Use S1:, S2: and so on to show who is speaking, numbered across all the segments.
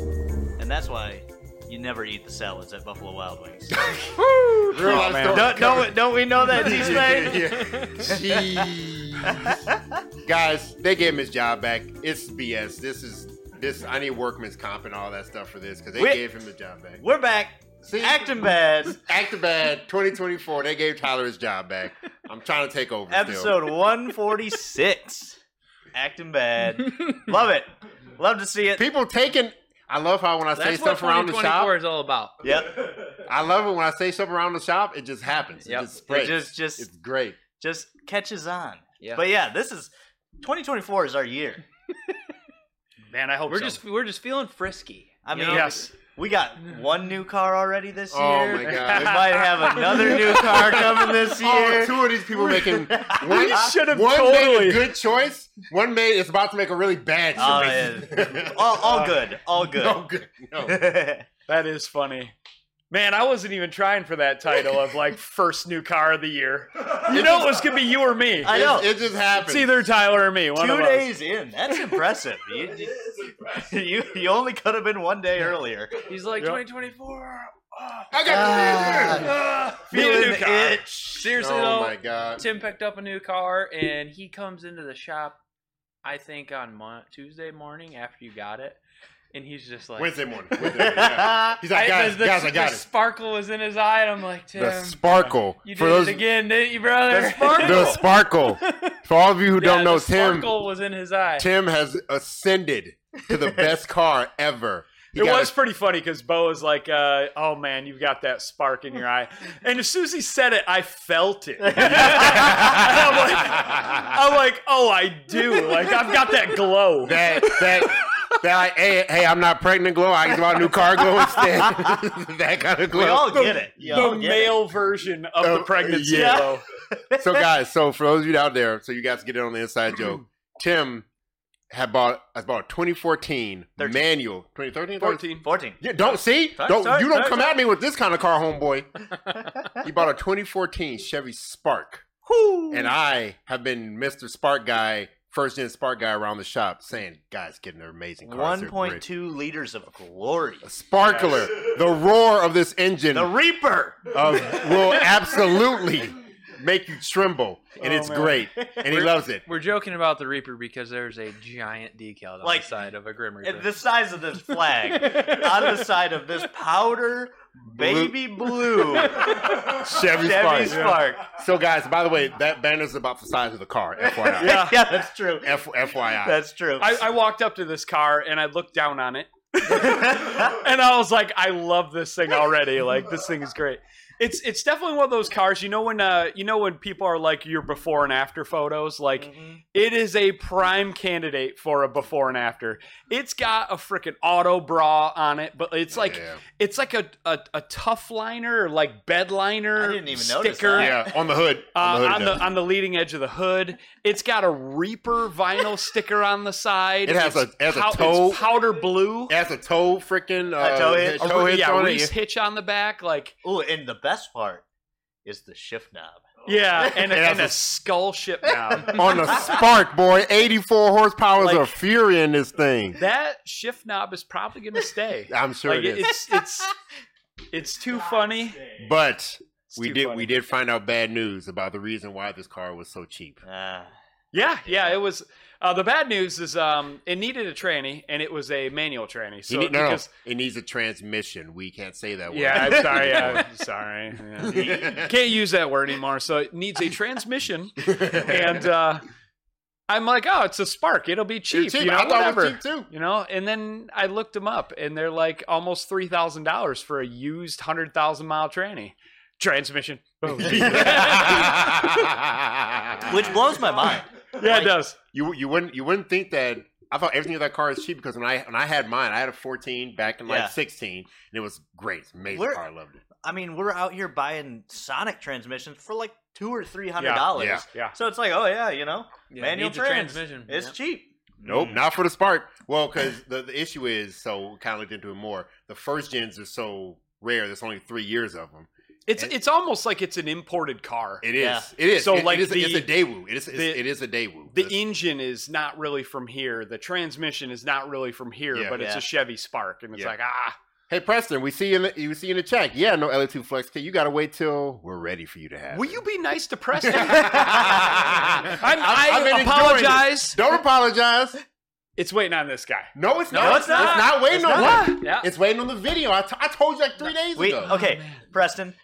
S1: and that's why you never eat the salads at Buffalo Wild Wings.
S2: Real life
S3: man.
S2: story
S1: Oh, don't,
S2: coming.
S1: don't, don't we know that, T
S2: Yeah,
S1: Spain?
S2: yeah. Jeez. Guys, they gave him his job back. It's BS. This is this. I need workman's comp and all that stuff for this because they
S1: We-
S2: gave him the job back.
S1: We're back.
S2: See?
S1: Acting bad.
S2: Act bad. 2024. They gave Tyler his job back. I'm trying to take over. still.
S1: Episode 146. Acting bad. Love it. Love to see it.
S2: People taking. I love how when I say
S4: That's what
S2: stuff around the
S4: 2024
S2: shop,
S4: is all about.
S1: Yep.
S2: I love it when I say stuff around the shop. It just happens.
S4: Yep.
S2: It just
S1: It
S2: spreads.
S1: just just
S2: it's great.
S1: just catches on.
S4: Yeah.
S1: But yeah, this is 2024 is our year.
S5: Man, I hope
S4: We're
S5: so.
S4: just we're just feeling frisky.
S1: I
S4: you
S1: mean,
S4: know?
S5: yes.
S1: we got one new car already this
S2: Oh
S1: year.
S2: my
S1: We
S2: god.
S1: might have another new car coming this
S2: Oh,
S1: year.
S2: two of these people making one,
S1: We should've
S2: one made
S5: totally-
S2: a good choice, one made is about to make a really bad
S1: Oh,
S2: choice.
S1: All, all good. All good.
S2: No good. No.
S5: That is funny. Man, I wasn't even trying for that title of like first new car of the year. You know it was gonna be you or me.
S1: I know.
S2: It, it just happens.
S5: It's either Tyler or me. One
S1: Two
S5: of us.
S1: days in. That's impressive. You, you, you only could have been one day earlier.
S4: He's like
S5: Yep.
S4: 2024. ah.
S2: I got the
S5: Need a new
S1: Feeling the
S5: car.
S1: itch.
S4: Seriously
S2: Oh
S4: though,
S2: my god.
S4: Tim picked up a new car and he comes into the shop, I think on Mon- Tuesday morning after you got it, and he's just like,
S2: Wednesday morning. Wednesday morning, yeah. He's like,
S4: I-
S2: guys,
S4: the,
S2: guys, I got
S4: the
S2: it.
S4: sparkle was in his eye, and I'm like, Tim,
S2: The sparkle.
S4: you did
S2: For those
S4: it again, didn't you, brother?
S1: The sparkle.
S2: the sparkle. For all of you who
S4: Yeah,
S2: don't know,
S4: the
S2: Tim
S4: sparkle was in his eye.
S2: Tim has ascended to the best car ever. He
S5: It
S2: got
S5: was pretty funny because Bo was like, uh, "Oh man, you've got that spark in your eye," and as soon as he said it, I felt it. And I'm, like, I'm like, "Oh, I do! Like I've got that glow."
S2: that that that like, hey, hey, I'm not pregnant glow. I can buy a new car glow instead. that kind of glow.
S1: We all get it. You all
S5: the
S1: get
S5: male version of
S2: Oh,
S5: the pregnancy
S2: yeah.
S5: glow.
S2: so guys, so for those of you out there, so you guys get it on the inside joke. Tim had bought has bought a 2014
S1: Thirteen.
S2: manual 2013
S1: it. 14.
S2: Yeah, don't see.
S1: Sorry,
S2: don't
S1: sorry,
S2: you don't
S1: sorry,
S2: come at me with this kind of car, homeboy. he bought a 2014 Chevy Spark, and I have been Mr. Spark guy, first gen Spark guy around the shop, saying, "Guys, getting an amazing car. They're great."
S1: 1.2 liters of glory.
S2: A sparkler. The roar of this engine
S1: The Reaper.
S2: of, will absolutely make you tremble, and
S5: Oh,
S2: it's
S5: man.
S2: great, and he loves it.
S4: We're joking about the Reaper because there's a giant decal on
S1: Like,
S4: the side of a Grim Reaper.
S1: At the size of this flag, on the side of this powder baby blue Chevy
S2: Chevy Spark.
S1: Spark.
S2: So, guys, by the way, that banner's about the size of the car. FYI.
S1: Yeah. that's true.
S2: F- FYI.
S1: That's true.
S5: I, I walked up to this car and I looked down on it, and I was like, "I love this thing already. Like this thing is great." It's it's definitely one of those cars. You know when uh, you know when people are like your before and after photos, like.
S1: Mhm.
S5: It is a prime candidate for a before and after. It's got a freaking auto bra on it, but
S1: Oh,
S5: it's like
S2: yeah.
S5: it's like a, a a tough liner or like bed liner.
S1: I didn't even
S5: sticker.
S1: notice that.
S2: Yeah, on the hood.
S5: Uh,
S2: on the hood
S5: on
S2: it
S5: the
S2: does.
S5: on the leading edge of the hood, it's got a Reaper vinyl sticker on the side.
S2: It has
S5: It's
S2: a- it has a
S5: pow- it's
S2: toe-
S5: powder blue,
S2: It has a toe freaking uh,
S1: A toe hitch.
S2: toe hitch
S5: yeah,
S2: on it.
S5: Reese hitch on the back, like
S1: Ooh, and the best part is the shift knob.
S5: yeah, and,
S2: It has
S5: and
S2: a-
S5: a skull ship now.
S2: on the spark, boy. 84 horsepower is a fury in this thing.
S5: that shift knob is probably gonna stay.
S2: I'm sure
S5: like
S2: it is.
S5: it's it's it's too funny.
S2: But
S5: It's
S2: we
S5: too
S2: did
S5: funny.
S2: we did find out bad news about the reason why this car was so cheap.
S1: Ah.
S5: Yeah, yeah, it was. Uh, the bad news is um, it needed a tranny, and it was a manual tranny. So
S2: You need- no, no,
S5: because
S2: it needs a transmission. We can't say that word.
S5: yeah, I'm sorry, I'm sorry, yeah.
S2: Yeah.
S5: can't use that word anymore. So it needs a transmission, and uh, I'm like, oh, it's a Spark. It'll be cheap, you know,
S2: I thought
S5: whatever.
S2: it was cheap too.
S5: You know, and then I looked them up, and they're like almost three thousand dollars for a used hundred thousand mile tranny transmission.
S2: Oh,
S5: Boom. yeah,
S1: Which blows my mind.
S5: it does.
S2: you you wouldn't you wouldn't think that I thought everything in that car is cheap because when I when I had mine, I had a 14 back in
S1: Yeah.
S2: like 16, and it was great, It's an amazing
S1: Where-
S2: car, I loved it.
S1: I mean, we're out here buying Sonic transmissions for like two or three hundred dollars.
S2: Yeah.
S5: Yeah.
S1: So it's like, oh yeah, you know,
S4: Yeah,
S1: manual
S4: needs a
S1: trans.
S4: transmission.
S1: It's
S4: Yep.
S1: cheap.
S2: Nope, not for the Spark. Well, because the, the issue is so kind of looked into it more. The first gens are so rare. There's only three years of them,
S5: It's
S1: It-
S5: it's almost like it's an imported car.
S2: It is.
S1: Yeah.
S2: It is.
S5: So,
S2: It- it
S5: like,
S2: is- it's
S5: the-
S2: a Daewoo. It is. It's,
S5: the-
S2: it is a Daewoo.
S5: the
S2: That's-
S1: e
S5: engine is not really from here. The transmission is not really from here,
S2: Yeah.
S5: but it's
S1: Yeah.
S5: a Chevy Spark, and it's
S2: Yeah.
S5: like ah,
S2: hey Preston, we see you in the you see you in the chat. Yeah, no LA2 Flex K. You gotta wait till we're ready for you to have.
S5: will
S2: it.
S5: you be nice to Preston?
S2: I've-
S5: I'm, I
S2: I've been enjoying it.
S5: apologize.
S2: Don't apologize.
S5: It's waiting on this guy.
S2: No, it's
S1: No,
S2: not.
S1: it's not.
S2: waiting
S1: It's
S2: on
S1: not.
S2: that.
S5: Yeah.
S2: It's waiting on the video. I, t- I told you like three days
S1: Wait,
S2: ago.
S1: okay, Preston.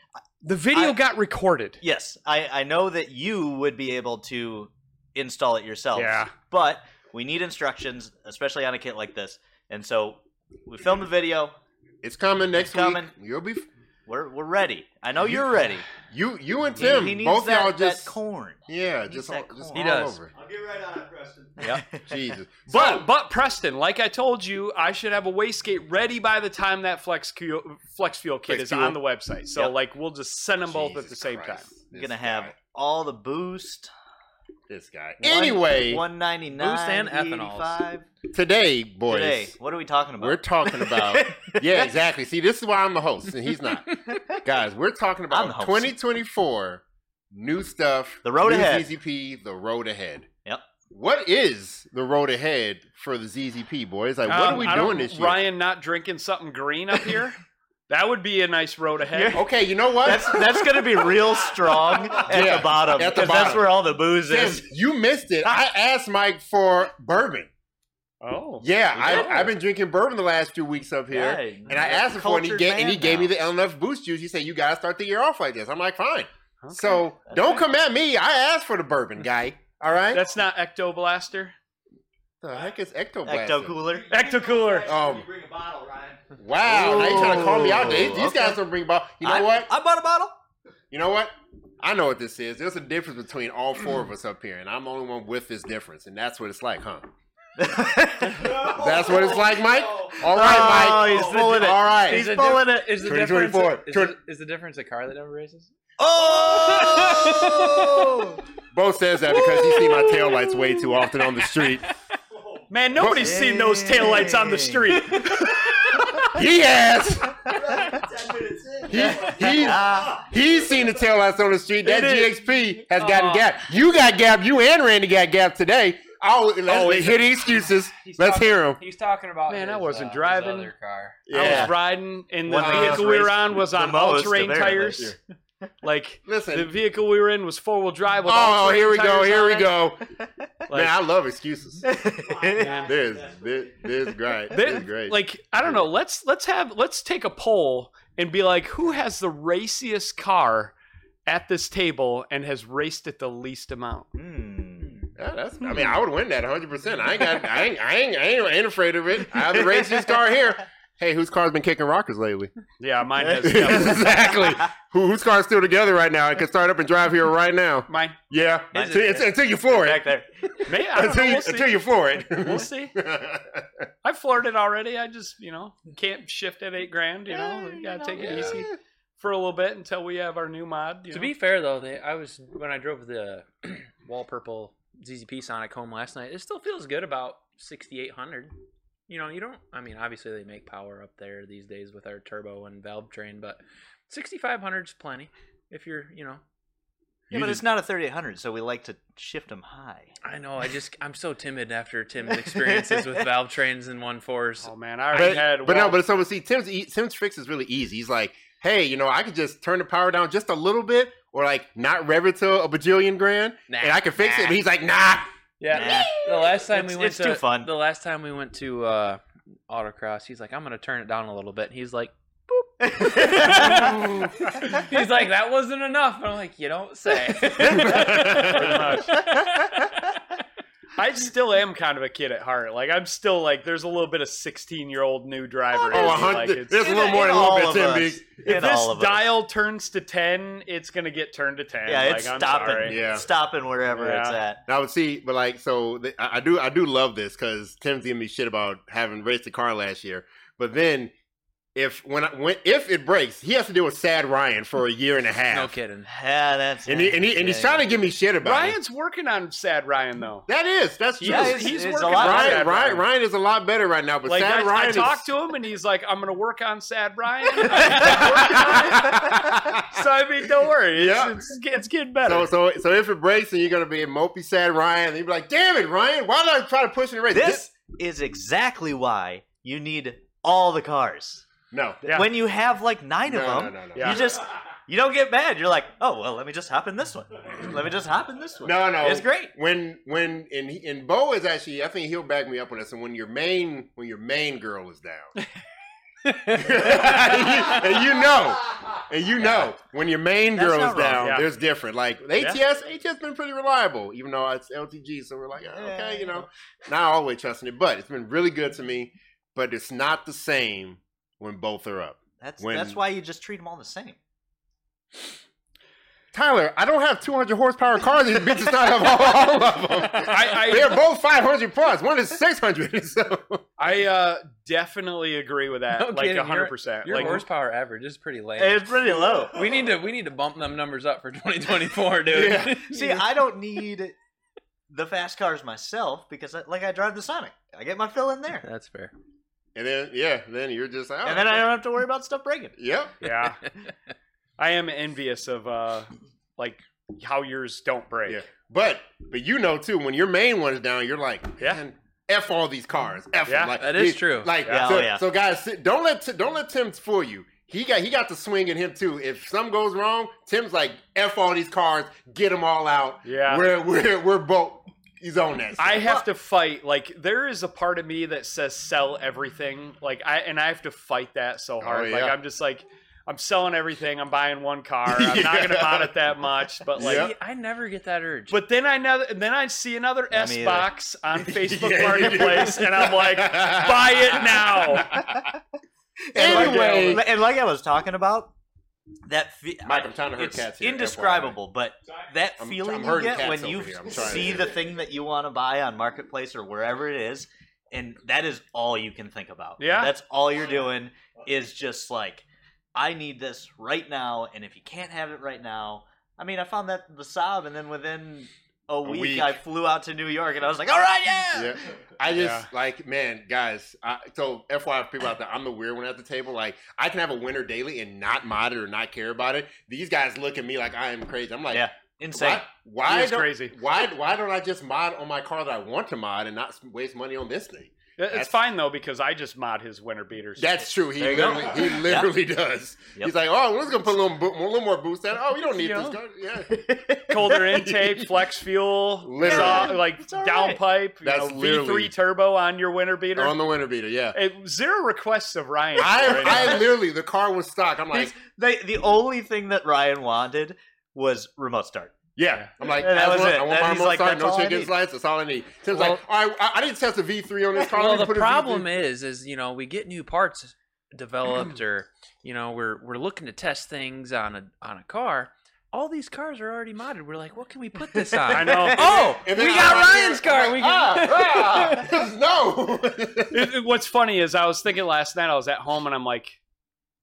S5: The video
S1: I-
S5: got recorded.
S1: Yes, I, I know that you would be able to install it yourself.
S5: Yeah.
S1: But we need instructions, especially on a kit like this. And so we filmed the video.
S2: It's coming next
S1: It's coming.
S2: week. You'll be.
S1: We're, we're ready. I know you're ready.
S2: You you and
S1: He-
S2: Tim,
S1: he, needs
S2: both
S1: that,
S2: y'all just
S1: that corn.
S2: yeah,
S1: needs
S2: just all,
S1: that
S2: just all
S1: corn.
S4: He does.
S2: over.
S3: I'll get right on it, Preston.
S1: Yep.
S2: Jesus,
S5: But
S2: So,
S5: but Preston, like I told you, I should have a wastegate ready by the time that flex fuel, flex fuel kit
S2: Flex
S5: is
S2: fuel.
S5: on the website. So
S1: Yep.
S5: like we'll just send them both at the
S2: Jesus
S5: same
S2: Christ.
S5: time.
S1: We're
S2: This
S1: gonna have
S2: guy-
S1: all the boost.
S2: this guy.
S1: One-
S2: Anyway,
S1: 199
S4: Boost and ethanols.
S1: 85.
S2: today, boys,
S1: Today, what are we talking about?
S2: we're talking about. yeah, exactly. See, this is why I'm the host and he's not. Guys, we're talking
S1: I'm the
S2: about
S1: host.
S2: 2024 new stuff.
S1: The road
S2: new
S1: ahead.
S2: ZZP, the road ahead.
S1: Yep.
S2: What is the road ahead for the ZZP boys? Like, what
S5: Um,
S2: are we
S5: I don't-
S2: doing this year?
S5: Ryan not drinking something green up here? that would be a nice road ahead.
S2: Okay, you know what?
S1: That's that's gonna be real strong at
S2: Yeah,
S1: the bottom
S2: at the
S1: because that's
S2: bottom.
S1: where all the booze
S2: Tim,
S1: is.
S2: you missed it. I asked Mike for bourbon.
S5: Oh.
S2: Yeah,
S1: Oh.
S2: I, I've been drinking bourbon the last two weeks up here.
S1: Dang,
S2: And I
S1: you're a
S2: asked him for it, and he,
S1: cultured
S2: gave, and he
S1: man
S2: gave me
S1: now.
S2: the LNF boost juice. He said, You gotta start the year off like this. I'm like, Fine.
S5: Okay.
S2: So
S1: That's
S2: don't
S1: right.
S2: come at me. I asked for the bourbon, guy. All right?
S5: That's not Ecto Blaster.
S2: the heck is ectoplasm?
S1: ecto cooler.
S5: Ecto Cooler.
S2: Um,
S3: you bring a bottle, Ryan.
S2: Wow, now you trying to call me out.
S1: Ooh,
S2: These, these
S1: okay.
S2: guys don't bring ball. You know
S1: I,
S2: what?
S1: I bought a bottle.
S2: You know what? I know what this is. There's a difference between all four of us up here, and I'm the only one with this difference, and that's what it's like, huh? That's what it's like, Mike.
S1: Oh,
S2: All right, Mike.
S1: he's full of it.
S2: All right.
S1: He's pulling it.
S4: Is the
S2: 2024.
S4: difference? Is, the- is the difference a car that never races?
S1: Oh!
S2: Bo says that because he see my taillights way too often on the street.
S5: Man, nobody's seen those taillights on the street.
S2: He has.
S3: Ten minutes in.
S2: He, he,
S1: Ah,
S2: he's seen the taillights on the street. That
S5: It is.
S2: GXP has gotten
S5: Aw.
S2: gapped. You got gapped. You and Randy got gapped today. I'll, let's,
S5: Oh,
S2: let's
S5: it's-
S2: hear the excuses. Let's hear him.
S4: He's talking about.
S5: Man, I
S4: his,
S5: wasn't
S4: uh, his
S5: driving.
S4: other car.
S5: I
S2: Yeah.
S5: was riding, and the
S1: One that gets
S5: vehicle we were
S1: raised
S5: on was
S1: the
S5: on
S1: most,
S5: all terrain
S1: apparently.
S5: tires. like,
S2: Listen.
S5: the vehicle we were in was four wheel drive. With
S2: Oh,
S5: all-terrain
S2: here we go.
S5: tires
S2: Here
S5: on
S2: we
S5: it.
S2: go.
S5: Like- Oh,
S2: Man, I love excuses.
S3: Man,
S2: There's this, this is great. This is
S5: There-
S2: great.
S5: Like, I don't know. Let's let's have let's take a poll and be like, who has the raciest car at this table and has raced it the least amount?
S1: Hmm.
S2: Yeah, that's, I mean, I would win that 100. percent I ain't got. I ain't. I ain't. I ain't, I ain't afraid of it. I have the racist car here. Hey, whose car's been kicking rockers lately?
S5: Yeah, mine has.
S2: exactly. Who, whose car's still together right now? I can start up and drive here right now.
S5: mine.
S2: Yeah,
S1: Mine's
S2: until,
S1: just-
S2: until, until you floor
S1: Back
S2: it.
S1: there.
S5: May, I don't know,
S2: Until you,
S5: we'll see.
S2: until you floor it.
S5: We'll see. I flirted already. I just, you know, can't shift at eight grand. You know, we gotta take it
S2: Yeah.
S5: easy for a little bit until we have our new mod. You
S4: To
S5: know?
S4: be fair though, they, I was when I drove the wall purple ZZP Sonic home last night. It still feels good about 6800. You know, you don't. I mean, obviously they make power up there these days with our turbo and valve train, but 6500 is plenty. If you're, you know,
S1: Yeah, but it's not a 3800, so we like to shift them high.
S4: I know. I just I'm so timid after Tim's experiences with valve trains and one fours.
S5: oh man, I already
S2: But,
S5: had.
S2: but no,
S5: well,
S2: but so but see, Tim's e- Tim's fix is really easy. He's like, hey, you know, I could just turn the power down just a little bit, or like not rev it to a bajillion grand,
S4: Nah,
S2: and I can fix it.
S4: nah.
S2: But he's like, nah,
S4: Yeah. The last time
S1: It's-
S4: we went
S1: it's
S4: to
S1: too fun.
S4: the last time we went to uh, autocross, he's like, I'm gonna turn it down a little bit. He's like, he's like, that wasn't enough. And I'm like, you don't say.
S5: I still am kind of a kid at heart. Like I'm still like there's a little bit of 16 year old new driver.
S2: oh,
S5: in me.
S2: a hundred.
S5: Like, it's-
S2: there's a little more than a
S1: all
S2: little
S1: of
S2: bit, Tim.
S1: us.
S2: Big.
S1: In
S5: if
S1: all
S5: this
S1: of us.
S5: dial turns to 10, it's gonna get turned to 10.
S1: Yeah,
S5: like,
S1: it's
S5: I'm
S1: stopping.
S5: sorry.
S2: Yeah.
S1: Stopping wherever it's
S5: Yeah.
S1: at.
S2: Now, but see, but like, so th- I I do, I do love this because Tim's giving me shit about having raced the car last year. But then if when, I, when if it breaks, he has to deal with Sad Ryan for a year and a half.
S4: No kidding.
S1: Yeah, that's
S2: And, he, and, he, and he's trying to give me shit about it.
S5: Ryan's working on Sad Ryan though.
S2: That is, that's true.
S1: Yeah,
S5: he's,
S1: it's- it's
S5: he's
S1: a
S5: working
S1: lot
S5: on
S1: better.
S2: Ryan,
S5: Sad
S2: Ryan, Ryan is a lot better right now, but
S5: Like
S2: Sad
S5: I,
S2: Ryan
S5: I
S2: is-
S5: talked to him and he's like, "I'm gonna work on Sad Ryan."
S2: so,
S5: so I mean, don't worry, it's,
S2: Yeah.
S5: it's, it's getting better.
S2: so, so if it breaks, then you're gonna be a mopey, sad Ryan. And you'd be like, "Damn it, Ryan! Why did I try to push it right?"
S1: This is exactly why you need all the cars.
S2: no,
S5: Yeah.
S1: When you have like nine
S2: no,
S1: of
S2: no,
S1: them,
S2: no, no, no,
S5: Yeah.
S1: you just you don't get mad. You're like, oh well, let me just hop in this one. Let me just hop in this one.
S2: no, no.
S1: It's great.
S2: When, when, and he, and Bo is actually, I think he'll back me up on this. And when your main, when your main girl is down, and, you, and you know, and you know, when your main
S1: That's
S2: girl
S1: not
S2: is
S1: wrong,
S2: down,
S5: yeah.
S2: there's different. Like ATS, ATS been pretty reliable, even though it's LTG. So we're like, oh, okay, you know, not always trusting it, but it's been really good to me. But it's not the same when both are up.
S1: That's
S2: When-
S1: that's why you just treat them all the same.
S2: Tyler, I don't have 200 horsepower cars. These bitches not have all, all of them.
S5: I- I-
S2: They're both 500 plus. One is 600. So
S5: I uh, definitely agree with that,
S4: No
S5: like
S4: kidding, you're-
S5: hundred percent.
S4: Your
S5: Like
S4: horsepower average is pretty lame.
S1: It's pretty low.
S4: we need to we need to bump them numbers up for 2024, dude.
S2: Yeah.
S1: See, I don't need the fast cars myself because, I, like, I drive the Sonic. I get my fill in there,
S4: That's fair.
S2: and then yeah, then you're just like, oh,
S1: and then I don't have to worry about stuff breaking.
S2: yep.
S5: yeah, I am envious of uh, like how yours don't break.
S2: Yeah. But but you know too, when your main one is down, you're like,
S5: Yeah.
S2: man, f all these cars. F
S5: Yeah.
S2: them. Like,
S4: That is
S2: they-
S4: true.
S2: Like
S1: Yeah.
S2: so,
S1: Oh, yeah.
S2: so guys, si- don't let Ti- don't let Tim fool you. He got he got the swing in him too. If something goes wrong, Tim's like, f all these cars, get them all out.
S5: Yeah.
S2: We're we're we're both. He's on that.
S5: I
S2: shit.
S5: have to fight. Like there is a part of me that says sell everything. Like I and I have to fight that so hard. Like
S2: Oh, yeah.
S5: I'm just like I'm selling everything. I'm buying one car. I'm not gonna
S2: Yeah.
S5: mod it that much. But like.
S2: Yeah.
S4: See, I never get that urge.
S5: But then I know, and then I see another
S1: Yeah,
S5: S
S1: me either.
S5: box on Facebook
S2: Yeah, you do.
S5: Marketplace, and I'm like, buy it now.
S2: Anyway,
S1: like, and like I was talking about, that fe-
S2: Mike, I'm trying to hurt
S1: it's
S2: cats here,
S1: indescribable, but that
S2: I'm-
S1: feeling
S2: I'm
S1: you
S2: hurting
S1: get
S2: cats
S1: when
S2: over
S1: you
S2: here. I'm trying
S1: see
S2: to-
S1: the thing that you want to buy on Marketplace or wherever it is, and that is all you can think about.
S5: Yeah.
S1: That's all you're doing is just like, I need this right now, and if you can't have it right now, I mean, I found that the Saab, and then within a week,
S2: week.
S1: I flew out to New York, and I was like, all right, yeah.
S2: Yeah. I just
S5: Yeah.
S2: like, man, guys. I, so, FYI, for people out there, I'm the weird one at the table. Like, I can have a winner daily and not mod it or not care about it. These guys look at me like I am crazy. I'm like,
S1: Yeah. Insane.
S2: why? Why
S5: He is
S2: don't,
S5: crazy.
S2: Why? Why don't I just mod on my car that I want to mod and not s- waste money on this thing?
S5: It's
S2: That's-
S5: fine though because I just mod his winter beaters.
S2: That's true. He
S1: There you go.
S2: literally, he literally does.
S1: Yep. E
S2: He's like, oh, we're just gonna put a little, bo- a little more boost in. Oh, we don't need
S5: Yeah.
S2: this car. Yeah.
S5: colder intake, flex fuel,
S2: Literally.
S5: saw- like
S1: It's all right.
S5: downpipe, you
S2: That's
S5: know,
S2: literally-
S5: V3 turbo on your winter beater.
S2: on Oh, the winter beater. Yeah.
S5: It- zero requests of Ryan.
S2: I,
S5: right now.
S2: I literally, the car was stock. I'm like,
S1: He's- they, the only thing that Ryan wanted was remote start.
S2: Yeah, I'm like,
S1: And that
S2: I
S1: was
S2: want,
S1: it.
S2: I want
S1: That-
S2: my
S1: he's
S2: remote
S1: like,
S2: start,
S1: that's
S2: no
S1: all I
S2: shit against
S1: need.
S2: lights. That's all I need. Tim's
S4: Well-
S2: like, all right, I, I didn't test a V3 on this car.
S4: well,
S2: Let me
S4: the
S2: put a
S4: problem
S2: V3.
S4: is, is you know, we get new parts developed, or you know, we're we're looking to test things on a on a car. All these cars are already modded. We're like, what can we put this on?
S5: Ah, I know.
S4: Oh,
S2: And
S4: we
S2: then
S4: got
S2: I'm out
S4: Ryan's
S2: there,
S4: car.
S2: I'm
S4: we
S2: like,
S4: can.
S2: ah, ah, no.
S5: It- it- what's funny is I was thinking last night I was at home and I'm like,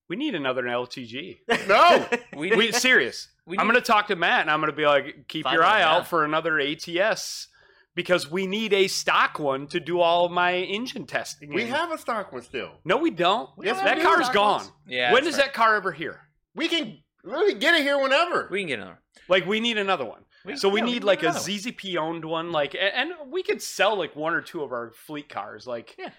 S5: we need another LTG.
S2: no.
S4: we,
S5: We serious.
S4: we
S5: I'm
S4: need-
S5: gonna talk to Matt and I'm gonna be like, keep
S1: Find
S5: your
S1: one,
S5: eye
S1: yeah.
S5: out for another ATS because we need a stock one to do all of my engine testing.
S2: We
S5: in.
S2: have a stock one still.
S5: no, we don't.
S2: Yes, we
S5: that
S2: do.
S5: car's gone.
S4: Yeah.
S5: when
S4: that's
S5: is
S4: right.
S5: that car ever here?
S2: We can really get it here whenever.
S4: We can get another.
S5: Like we need another one.
S4: We-
S5: so we
S4: yeah,
S5: need like a
S4: another one.
S5: ZZP owned one, like, a- and, we could sell like one or two of our fleet cars. Like,
S4: Yeah.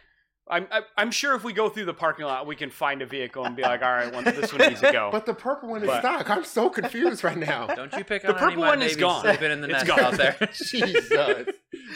S5: I'm I- I'm sure if we go through the parking lot, we can find a vehicle and be like, all right, one, this one needs to go.
S2: but the purple one is
S5: But-
S2: stock. I'm so confused right now.
S4: Don't you pick
S5: The
S4: on any of
S5: purple
S4: my
S5: one is
S4: babies
S5: gone.
S4: sleeping in the
S5: It's
S4: nest
S5: gone.
S4: out there.
S2: Jesus.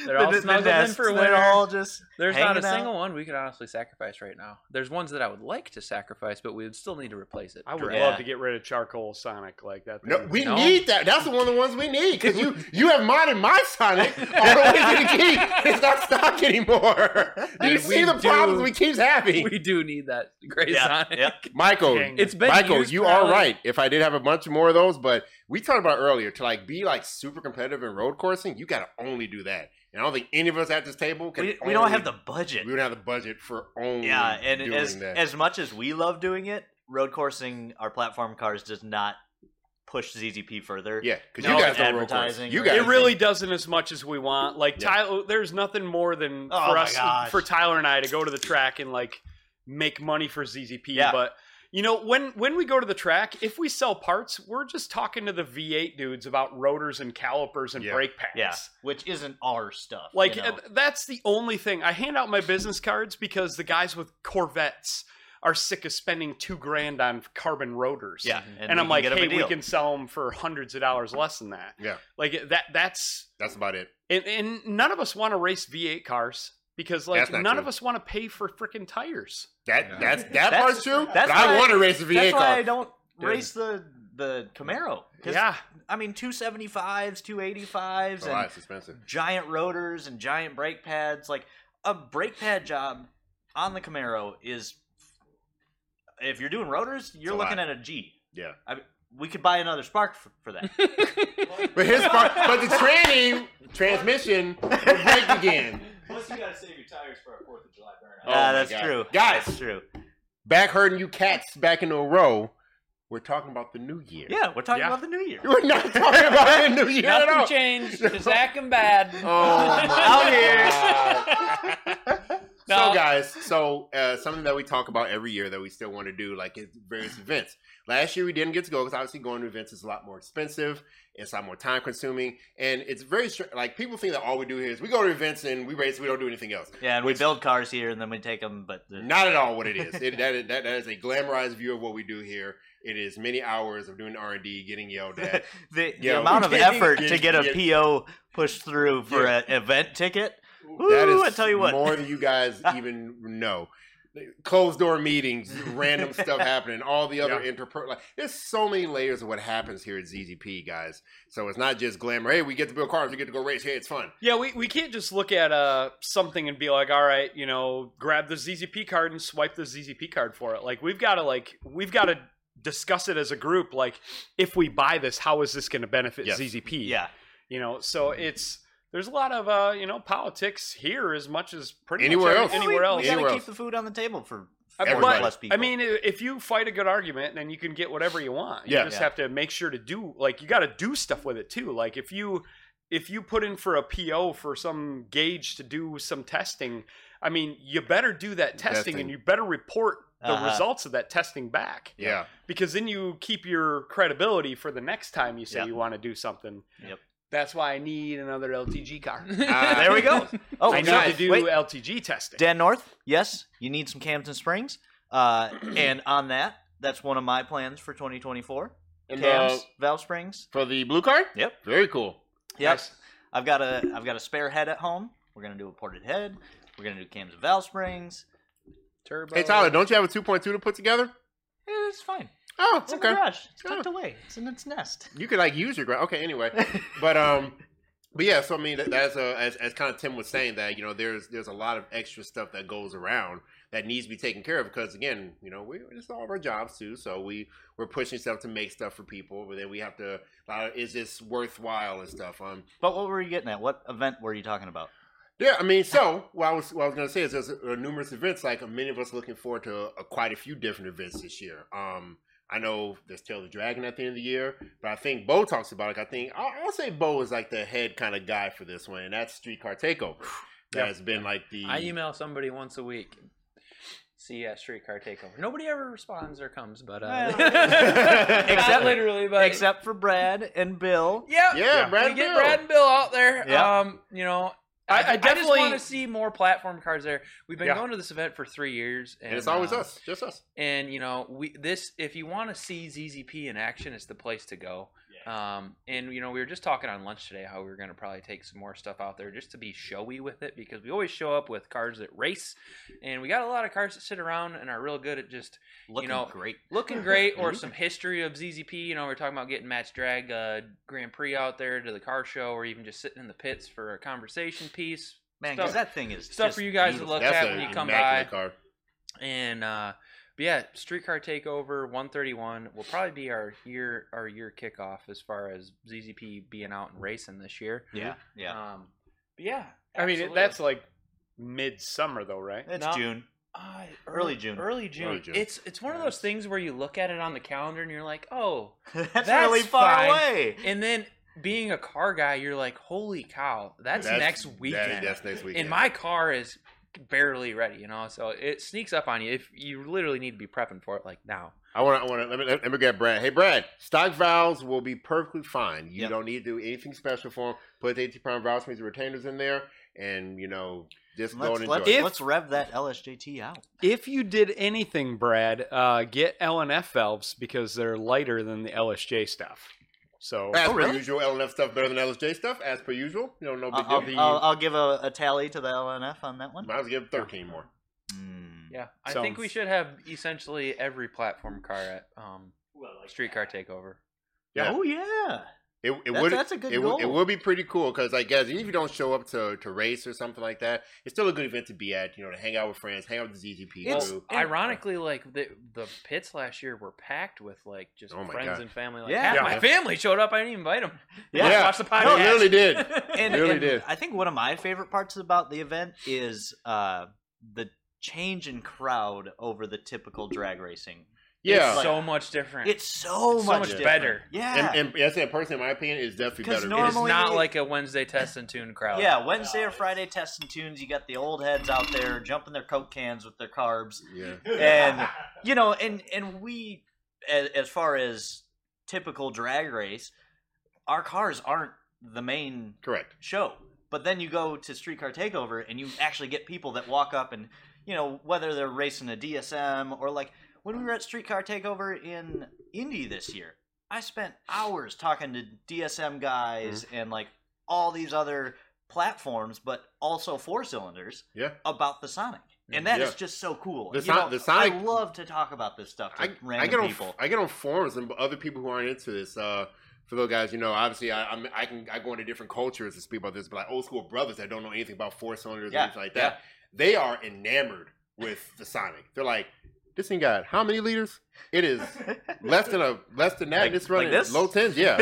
S4: They're all
S1: The- the
S4: snuggled in
S1: nests,
S4: for
S1: they're
S4: winter.
S1: all just
S4: There's not a
S1: hanging out.
S4: single one we could honestly sacrifice right now. There's ones that I would like to sacrifice, but we would still need to replace it.
S5: I would
S1: Yeah.
S5: love to get rid of charcoal Sonic like that.
S2: No,
S5: thing.
S2: we
S4: No.
S2: need that. That's one of the ones we need because you you have modded my Sonic all the way to the key. It's not stock anymore. Do you
S4: Dude,
S2: see
S4: we
S2: the
S4: do-
S2: problems we keeps having?
S4: we do need that gray
S1: Yeah,
S4: Sonic.
S1: yeah.
S2: Michael,
S5: Dang.
S4: It's been
S2: Michael,
S4: used
S2: you
S4: probably-
S2: are right. If I did have a bunch more of those, but we talked about earlier to like be like super competitive in road coursing, you got to only do that. And I don't think any of us at this table can.
S1: we, we don't
S2: only
S1: have have the budget.
S2: We would have the budget for only
S1: Yeah, and
S2: doing
S1: as
S2: that.
S1: as much as we love doing it, road coursing our platform cars does not push ZZP further.
S2: yeah, because
S1: No
S2: you guys don't roll course.
S1: advertising
S2: You
S1: or
S2: guys,
S5: It really doesn't as much as we want. Like
S2: Yeah.
S5: Tyler, there's nothing more than
S1: Oh
S5: for
S1: my
S5: us
S1: gosh.
S5: for Tyler and I to go to the track and like make money for ZZP.
S1: Yeah.
S5: But you know, when when we go to the track, if we sell parts, we're just talking to the V8 dudes about rotors and calipers and
S2: Yeah.
S5: brake pads.
S1: Yeah, which isn't our stuff. you
S5: Like
S1: know.
S5: uh, that's the only thing. I hand out my business cards because the guys with Corvettes are sick of spending two grand on carbon rotors.
S1: yeah,
S5: And,
S1: we
S5: I'm
S1: can
S5: like,
S1: get 'em a
S5: hey, we
S1: deal."
S5: can sell them for hundreds of dollars less than that.
S2: Yeah.
S5: Like that. That's
S2: That's about it.
S5: and, and none of us want to race V8 cars because like
S2: That's not
S5: none of
S2: true.
S5: us want to pay for freaking tires.
S2: That
S4: Yeah.
S2: that's that
S1: That's-
S2: part's true.
S1: that's
S2: but I
S1: why-
S2: want to race Oh, a VA
S1: That's why I
S2: car.
S1: don't
S4: Dude.
S1: race the the Camaro. 'cause,
S5: Yeah.
S1: I mean, two seventy fives, two eighty fives,
S2: Oh, wow,
S1: and
S2: it's expensive.
S1: giant rotors and giant brake pads. Like a brake pad job on the Camaro is, if you're doing rotors, you're
S2: a
S1: looking
S2: lot.
S1: at a G.
S2: Yeah.
S1: I, we could buy another Spark for, for that.
S2: But his part, but the tranny transmission would break again.
S3: Plus, you gotta save your tires for a Fourth of July burnout.
S2: Oh
S1: yeah,
S2: my
S1: that's
S2: God.
S1: true.
S2: Guys.
S1: that's true.
S2: Back hurting you cats back in a row. We're talking about the new year.
S1: Yeah, we're talking
S5: Yeah.
S1: about the new year.
S2: We're not talking about the new year at all.
S4: Nothing changed. Just acting bad.
S2: Oh my
S1: Out here.
S2: God.
S4: No.
S2: So guys, so uh, something that we talk about every year that we still want to do, like is various events. Last year we didn't get to go because obviously going to events is a lot more expensive, it's a lot more time consuming, and it's very str- like people think that all we do here is we go to events and we race, we don't do anything else.
S1: Yeah, and we build cars here and then we take them, but the,
S2: Not at all what it is. It, that, is- that, that is a glamorized view of what we do here. It is many hours of doing R and D, getting yelled at.
S1: the, the
S2: Yeah,
S1: amount of
S2: we-
S1: effort to get
S2: Yeah.
S1: a PO pushed through for an event ticket. Woo,
S2: That is
S1: I tell you what.
S2: more than you guys even know. Closed door meetings, random stuff happening, all the other interper like there's so many layers of what happens here at ZZP, guys. So it's not just glamour. Hey, we get to build cars, we get to go race. Hey, it's fun.
S5: Yeah, we, we can't just look at uh something and be like, all right, you know, grab the ZZP card and swipe the ZZP card for it. Like we've got to like we've got to discuss it as a group. Like if we buy this, how is this going to benefit
S2: Yes.
S5: ZZP?
S1: Yeah,
S5: you know. So it's there's a lot of uh you know politics here as much as pretty
S2: Anywhere
S5: much
S2: else.
S5: Anywhere
S1: we,
S5: else.
S1: We gotta
S2: Anywhere
S1: keep
S2: else.
S1: the food on the table for four
S5: I mean,
S2: Everybody.
S1: plus people.
S5: I mean, i- if you fight a good argument, then you can get whatever you want. You
S2: Yeah.
S5: just
S1: Yeah.
S5: have to make sure to do like you got to do stuff with it too. Like if you if you put in for a PO for some gauge to do some testing, I mean, you better do that testing,
S2: Testing.
S5: and you better report the
S1: Uh-huh.
S5: results of that testing back
S2: Yeah.
S5: because then you keep your credibility for the next time you say
S1: Yep.
S5: you want to do something.
S1: Yep.
S5: That's why I need another LTG car.
S2: Ah,
S1: there we go. Oh,
S2: So
S5: I need
S1: sorry.
S5: to do
S1: Wait,
S5: LTG testing.
S1: Dan North, yes, you need some Camden Springs. Uh, and on that, that's one of my plans for 2024.
S2: And,
S1: Cams,
S2: uh,
S1: valve springs.
S2: for the blue card?
S1: Yep.
S2: Very cool.
S1: Yep. I've got a I've got a spare head at home. We're gonna do a ported head. We're gonna do cams and valve springs.
S4: Turbo.
S2: Hey Tyler, don't you have a two point two to put together?
S1: Eh, It's fine.
S2: Oh,
S1: It's in
S2: okay.
S1: the garage. It's
S2: Yeah.
S1: tucked away. It's in its nest.
S2: you could like use your gra- okay anyway but um but yeah so i mean that- that's uh as, as kind of tim was saying that you know there's there's a lot of extra stuff that goes around that needs to be taken care of because again you know we it's all of our jobs too so we we're pushing stuff to make stuff for people but then we have to uh, is this worthwhile and stuff um
S1: But what were you getting at? What event were you talking about?
S2: yeah, I mean, so what I was what I was gonna say is there's uh, numerous events. Like uh, many of us looking forward to uh, quite a few different events this year. Um, I know there's Tail of the Dragon at the end of the year, but I think Bo talks about it. I think I'll, I'll say Bo is like the head kind of guy for this one, and that's Streetcar Takeover. That
S5: Yep.
S2: has been like the
S4: I email somebody once a week. See ya, streetcar takeover. Nobody ever responds or comes, but uh,
S1: Well,
S4: not
S1: Except-
S4: literally, but
S1: Except for Brad and Bill.
S4: yeah,
S2: yeah,
S5: Yeah.
S2: Brad
S4: we get
S2: Bill.
S4: Brad and Bill out there.
S1: Yeah.
S4: Um, you know,
S5: I- I
S4: just
S5: definitely-
S4: want to see more platform cars there. We've been
S5: Yeah.
S4: going to this event for three years, and,
S2: and it's always
S4: uh,
S2: us, just us.
S4: And you know, we this if you want to see ZZP in action, it's the place to go. Um, and you know, we were just talking on lunch today how we were going to probably take some more stuff out there just to be showy with it because we always show up with cars that race, and we got a lot of cars that sit around and are real good at just
S1: Looking
S4: know,
S1: great.
S4: looking great or
S2: Mhm.
S4: some history of ZZP. You know, we are talking about getting Match Drag uh, Grand Prix out there to the car show or even just sitting in the pits for a conversation piece.
S1: Man,
S4: stuff-
S1: because that thing is
S4: stuff
S1: just
S4: for you guys to
S1: beautiful.
S4: look
S2: That's
S4: at
S2: a
S4: when you come
S2: immaculate
S4: by.
S2: car.
S4: And uh, but yeah, Streetcar Takeover 131 will probably be our year our year kickoff as far as ZZP being out and racing this year.
S1: Yeah, yeah.
S4: Um, but yeah,
S5: I mean,
S4: absolutely.
S5: that's like midsummer though, right?
S1: It's
S4: No.
S1: June.
S4: Uh,
S1: Early June.
S4: Early June.
S2: Early June.
S4: It's it's one of those things where you look at it on the calendar and you're like, oh.
S1: That's,
S4: That's
S1: really far
S4: fine.
S1: away.
S4: And then being a car guy, you're like, holy cow, that's, next
S2: that-
S4: weekend.
S2: that's next weekend.
S4: and my car is barely ready, you know. So it sneaks up on you if you literally need to be prepping for it like now.
S2: I want to. I want to. Let me, let me get Brad. Hey, Brad. Stock valves will be perfectly fine. You
S1: Yep.
S2: don't need to do anything special for them. Put the 18 pound valves, means retainers in there, and you know just go
S1: Let's,
S2: and
S1: let's,
S2: enjoy.
S5: If-
S1: let's rev that LSJT out.
S5: If you did anything, Brad, uh, get LNF valves because they're lighter than the LSJ stuff. So
S2: As
S1: Oh, really? Uh,
S2: per usual, LNF stuff better than LSJ stuff. As per usual, you know, no big
S1: I'll,
S2: deal.
S1: I'll, I'll, I'll give a, a tally to the LNF on that one.
S2: Might as well give 13 more.
S1: Mm.
S4: Yeah, I
S5: Sounds-
S4: think we should have essentially every platform car at um,
S3: Ooh, I like
S4: Streetcar
S3: that.
S4: Takeover.
S2: Yeah.
S1: Oh yeah,
S2: It, it
S1: that's,
S2: would.
S1: that's a good
S2: it,
S1: goal.
S2: would, it would be pretty cool because I guess even if you don't show up to, to race or something like that, it's still a good event to be at. You know, to hang out with friends, hang out with the ZZP
S1: It's-
S2: crew.
S4: Ironically, like the the pits last year were packed with like just
S2: Oh my
S4: friends
S2: God.
S4: and family. Like,
S1: Yeah.
S4: half
S5: Yeah.
S4: my family showed up. I didn't invite them.
S1: Yeah.
S4: watch the
S2: No,
S4: podcast.
S2: it really did.
S1: and,
S2: Really
S1: and
S2: did.
S1: I think one of my favorite parts about the event is uh, the change in crowd over the typical drag racing.
S2: Yeah,
S1: It's like-
S4: so much different.
S1: It's so
S4: It's so
S1: much,
S4: much
S1: different.
S4: better.
S1: Yeah,
S2: and, and yes, in person, in my opinion, is definitely
S1: 'Cause
S2: better.
S4: It is
S1: normally-
S4: not like a Wednesday test and tune crowd.
S1: yeah. Wednesday or
S3: it's-
S1: Friday tests and tunes. You got the old heads out there jumping their coke cans with their carbs.
S2: yeah.
S1: And- you know and and we as, as far as typical drag race our cars aren't the main
S2: Correct.
S1: show but then you go to streetcar takeover and you actually get people that walk up and you know whether they're racing a dsm or like when we were at streetcar takeover in indy this year i spent hours talking to dsm guys
S2: Mm-hmm.
S1: and like all these other platforms but also four cylinders
S2: Yeah. Mm,
S1: about the Sonic, and that is
S2: Yeah.
S1: just so cool.
S2: The
S1: You
S2: Son-
S1: know,
S2: the Sonic-
S1: I love to talk about this stuff to
S2: I, I get
S1: random
S2: on
S1: people.
S2: I get on forums and other people who aren't into this. Uh, for those guys, you know, obviously I I'm, I can I go into different cultures to speak about this, but like old school brothers that don't know anything about four cylinders
S1: Yeah,
S2: and things like that, they are enamored with the Sonic. They're like, this thing got how many liters? It is less than a less than that.
S1: Like-
S2: and it's running
S1: like this?
S2: low tens, yeah.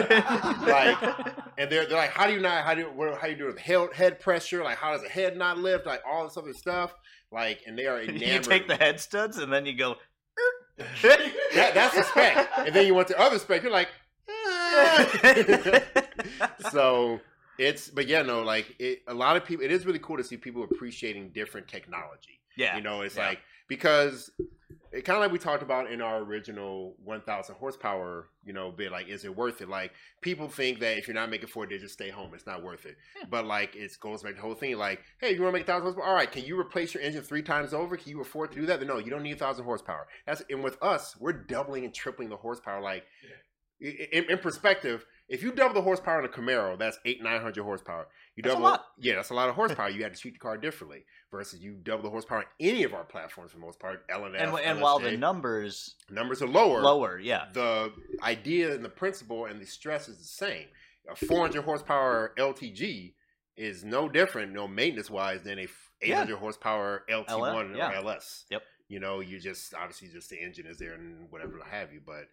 S1: like,
S2: And they're, they're like, how do you not, how do you, what, how you do it with head, head pressure? Like, how does the head not lift? Like, all this other stuff. Like, and they are enamored.
S1: you take the head studs and then you go.
S2: That, that's a spec. And then you want the other spec. You're like, "Ah." so it's, but yeah, no, like it, a lot of people, it is really cool to see people appreciating different technology.
S1: yeah,
S2: You know, it's
S1: Yeah.
S2: like, because it kind of like we talked about in our original 1000 horsepower, you know, bit, like, is it worth it? Like people think that if you're not making four digits, stay home. It's not worth it.
S1: Hmm.
S2: But like, it goes back to the whole thing. Like, hey, you want to make a thousand horsepower? All right, can you replace your engine three times over? Can you afford to do that? But no, you don't need a thousand horsepower. That's and with us, we're doubling and tripling the horsepower. Like, i- i- in, in perspective, if you double the horsepower in a Camaro, that's eight nine hundred horsepower. You
S1: That's a
S2: double,
S1: lot.
S2: yeah, that's a lot of horsepower. you had to treat the car differently versus you double the horsepower in any of our platforms for the most part. L and
S1: and and while the numbers
S2: numbers are lower,
S1: lower, yeah,
S2: the idea and the principle and the stress is the same. A 400 horsepower LTG is no different, no maintenance wise, than a f-
S1: Yeah.
S2: 800 horsepower LT1
S1: LS, yeah.
S2: or LS.
S1: Yep.
S2: You know, you just obviously just the engine is there and whatever have you, but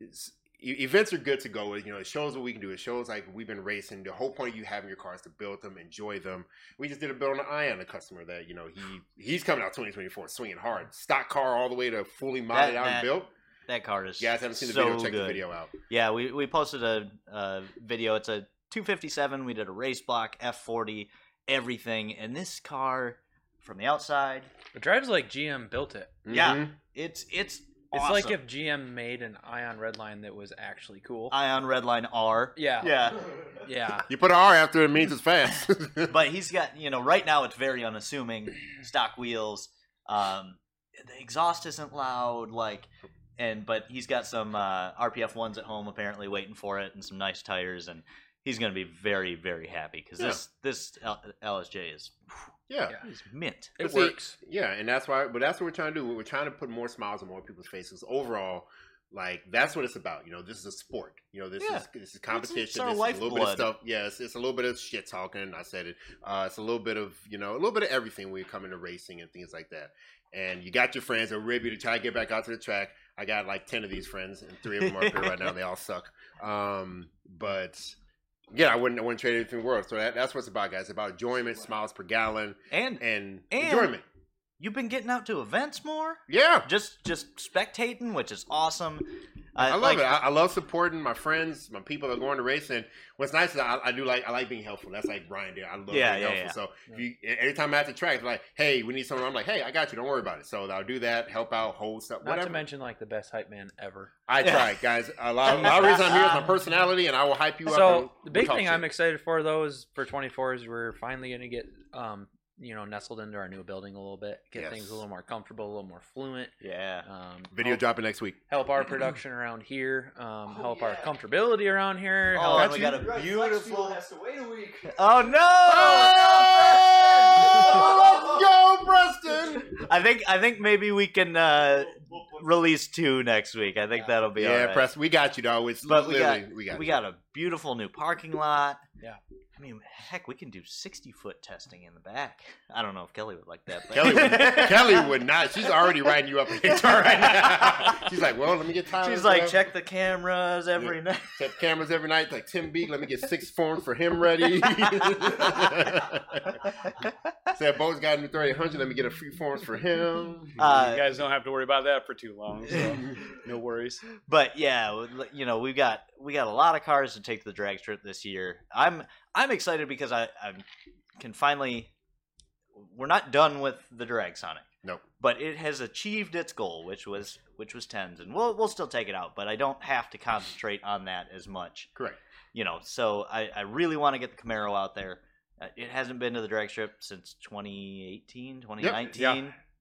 S2: it's, e- events are good to go with. You know, it shows what we can do. It shows like we've been racing. The whole point of you having your cars to build them, enjoy them. We just did a build on the Ion, a customer that you know he he's coming out 2024 swinging hard, stock car all the way to fully modded out
S1: that-
S2: and built.
S1: that car is.
S2: You guys haven't seen the
S1: so
S2: video, check
S1: good.
S2: the video out.
S1: Yeah, we, we posted a, a video. It's a 257. We did a race block F40, everything, and this car from the outside,
S4: It drives like GM built it.
S1: Yeah.
S2: Mhm.
S1: it's it's
S4: It's
S1: awesome.
S4: like if GM made an Ion Redline that was actually cool.
S1: Ion Redline R.
S4: yeah. Yeah.
S1: Yeah.
S2: You put an R after it it means it's fast.
S1: But he's got, you know, right now it's very unassuming, stock wheels. Um, the exhaust isn't loud, like, and but he's got some uh, RPF ones at home apparently waiting for it, and some nice tires, and he's gonna be very very happy because
S2: Yeah.
S1: this this L- LSJ is
S2: yeah.
S4: Yeah.
S1: is mint.
S4: It
S2: See,
S4: works.
S2: Yeah, and that's why but that's what we're trying to do. We're trying to put more smiles on more people's faces overall. Like that's what it's about. You know, this is a sport. You know, this
S1: Yeah.
S2: is this is competition.
S1: our
S2: this is a little bit of
S1: lifeblood.
S2: stuff. Yes, it's, it's a little bit of shit talking. I said it. Uh, it's a little bit of you know, a little bit of everything when you come into racing and things like that. And you got your friends that rib you to try to get back out to the track. I got like ten of these friends, and three of them are up here right now. They all suck. Um, but yeah, I wouldn't I wouldn't trade anything in the world. So that, that's what it's about, guys. It's about enjoyment, smiles per gallon,
S1: And
S2: and,
S1: And-
S2: enjoyment.
S1: you've been getting out to events more,
S2: Yeah,
S1: just just spectating, which is awesome.
S2: I love
S1: like-
S2: it. I, I love supporting my friends, my people that are going to race. And what's nice is I, I do like I like being helpful. That's like Brian did. I love
S1: Yeah,
S2: being
S1: yeah,
S2: helpful. So if you, every time I have to track, it's like, hey, we need someone. I'm like, hey, I got you. Don't worry about it. So I'll do that. Help out, hold stuff,
S4: Not
S2: whatever.
S4: to mention like the best hype man ever.
S2: I
S1: Yeah.
S2: try, guys. A lot, a lot of reason I'm here is my personality, and I will hype you up. and
S4: So the
S2: we'll
S4: big
S2: talk
S4: thing
S2: shit.
S4: I'm excited for though is for 24 is we're finally going to get um you know nestled into our new building a little bit, get
S2: Yes.
S4: things a little more comfortable, a little more fluent.
S1: Yeah.
S4: Um,
S2: video
S4: help,
S2: dropping next week.
S4: help our production around here, um,
S3: Oh,
S4: help our
S3: yeah.
S4: comfortability around here.
S1: Oh,
S4: help-
S1: and we got a
S3: You're right,
S1: beautiful.
S3: Flexfuel has to wait a week.
S1: Oh no!
S2: Oh, let's go, Preston!
S1: I think I think maybe we can uh,
S3: We'll- we'll-
S1: release two next week. I think that'll be
S2: Yeah,
S1: all right.
S2: Preston, we got you, though. It's
S1: But we
S2: literally we got,
S1: We got a beautiful new parking lot.
S4: Yeah.
S1: I mean, heck, we can do sixty foot testing in the back. I don't know if Kelly would like that. But
S2: Kelly would, Kelly would not. She's already writing you up a picture right now. She's like, well, let me get Tyler.
S1: She's like, check the cameras every
S2: Yeah.
S1: night.
S2: Set cameras every night. Like Tim Beek, let me get six forms for him ready. Said Bo's got a new 3800. Let me get a few forms for him.
S5: you
S1: Uh,
S5: guys don't have to worry about that for too long. So no worries.
S1: but yeah, l- you know, we've got we got a lot of cars to take to the drag strip this year. I'm I'm excited because I I can finally. We're not done with the drag Sonic.
S2: Nope.
S1: But it has achieved its goal, which was which was tens, and we'll we'll still take it out, but I don't have to concentrate on that as much.
S2: Correct.
S1: you know, so I, I really want to get the Camaro out there. Uh, It hasn't been to the drag strip since 2018, 2019.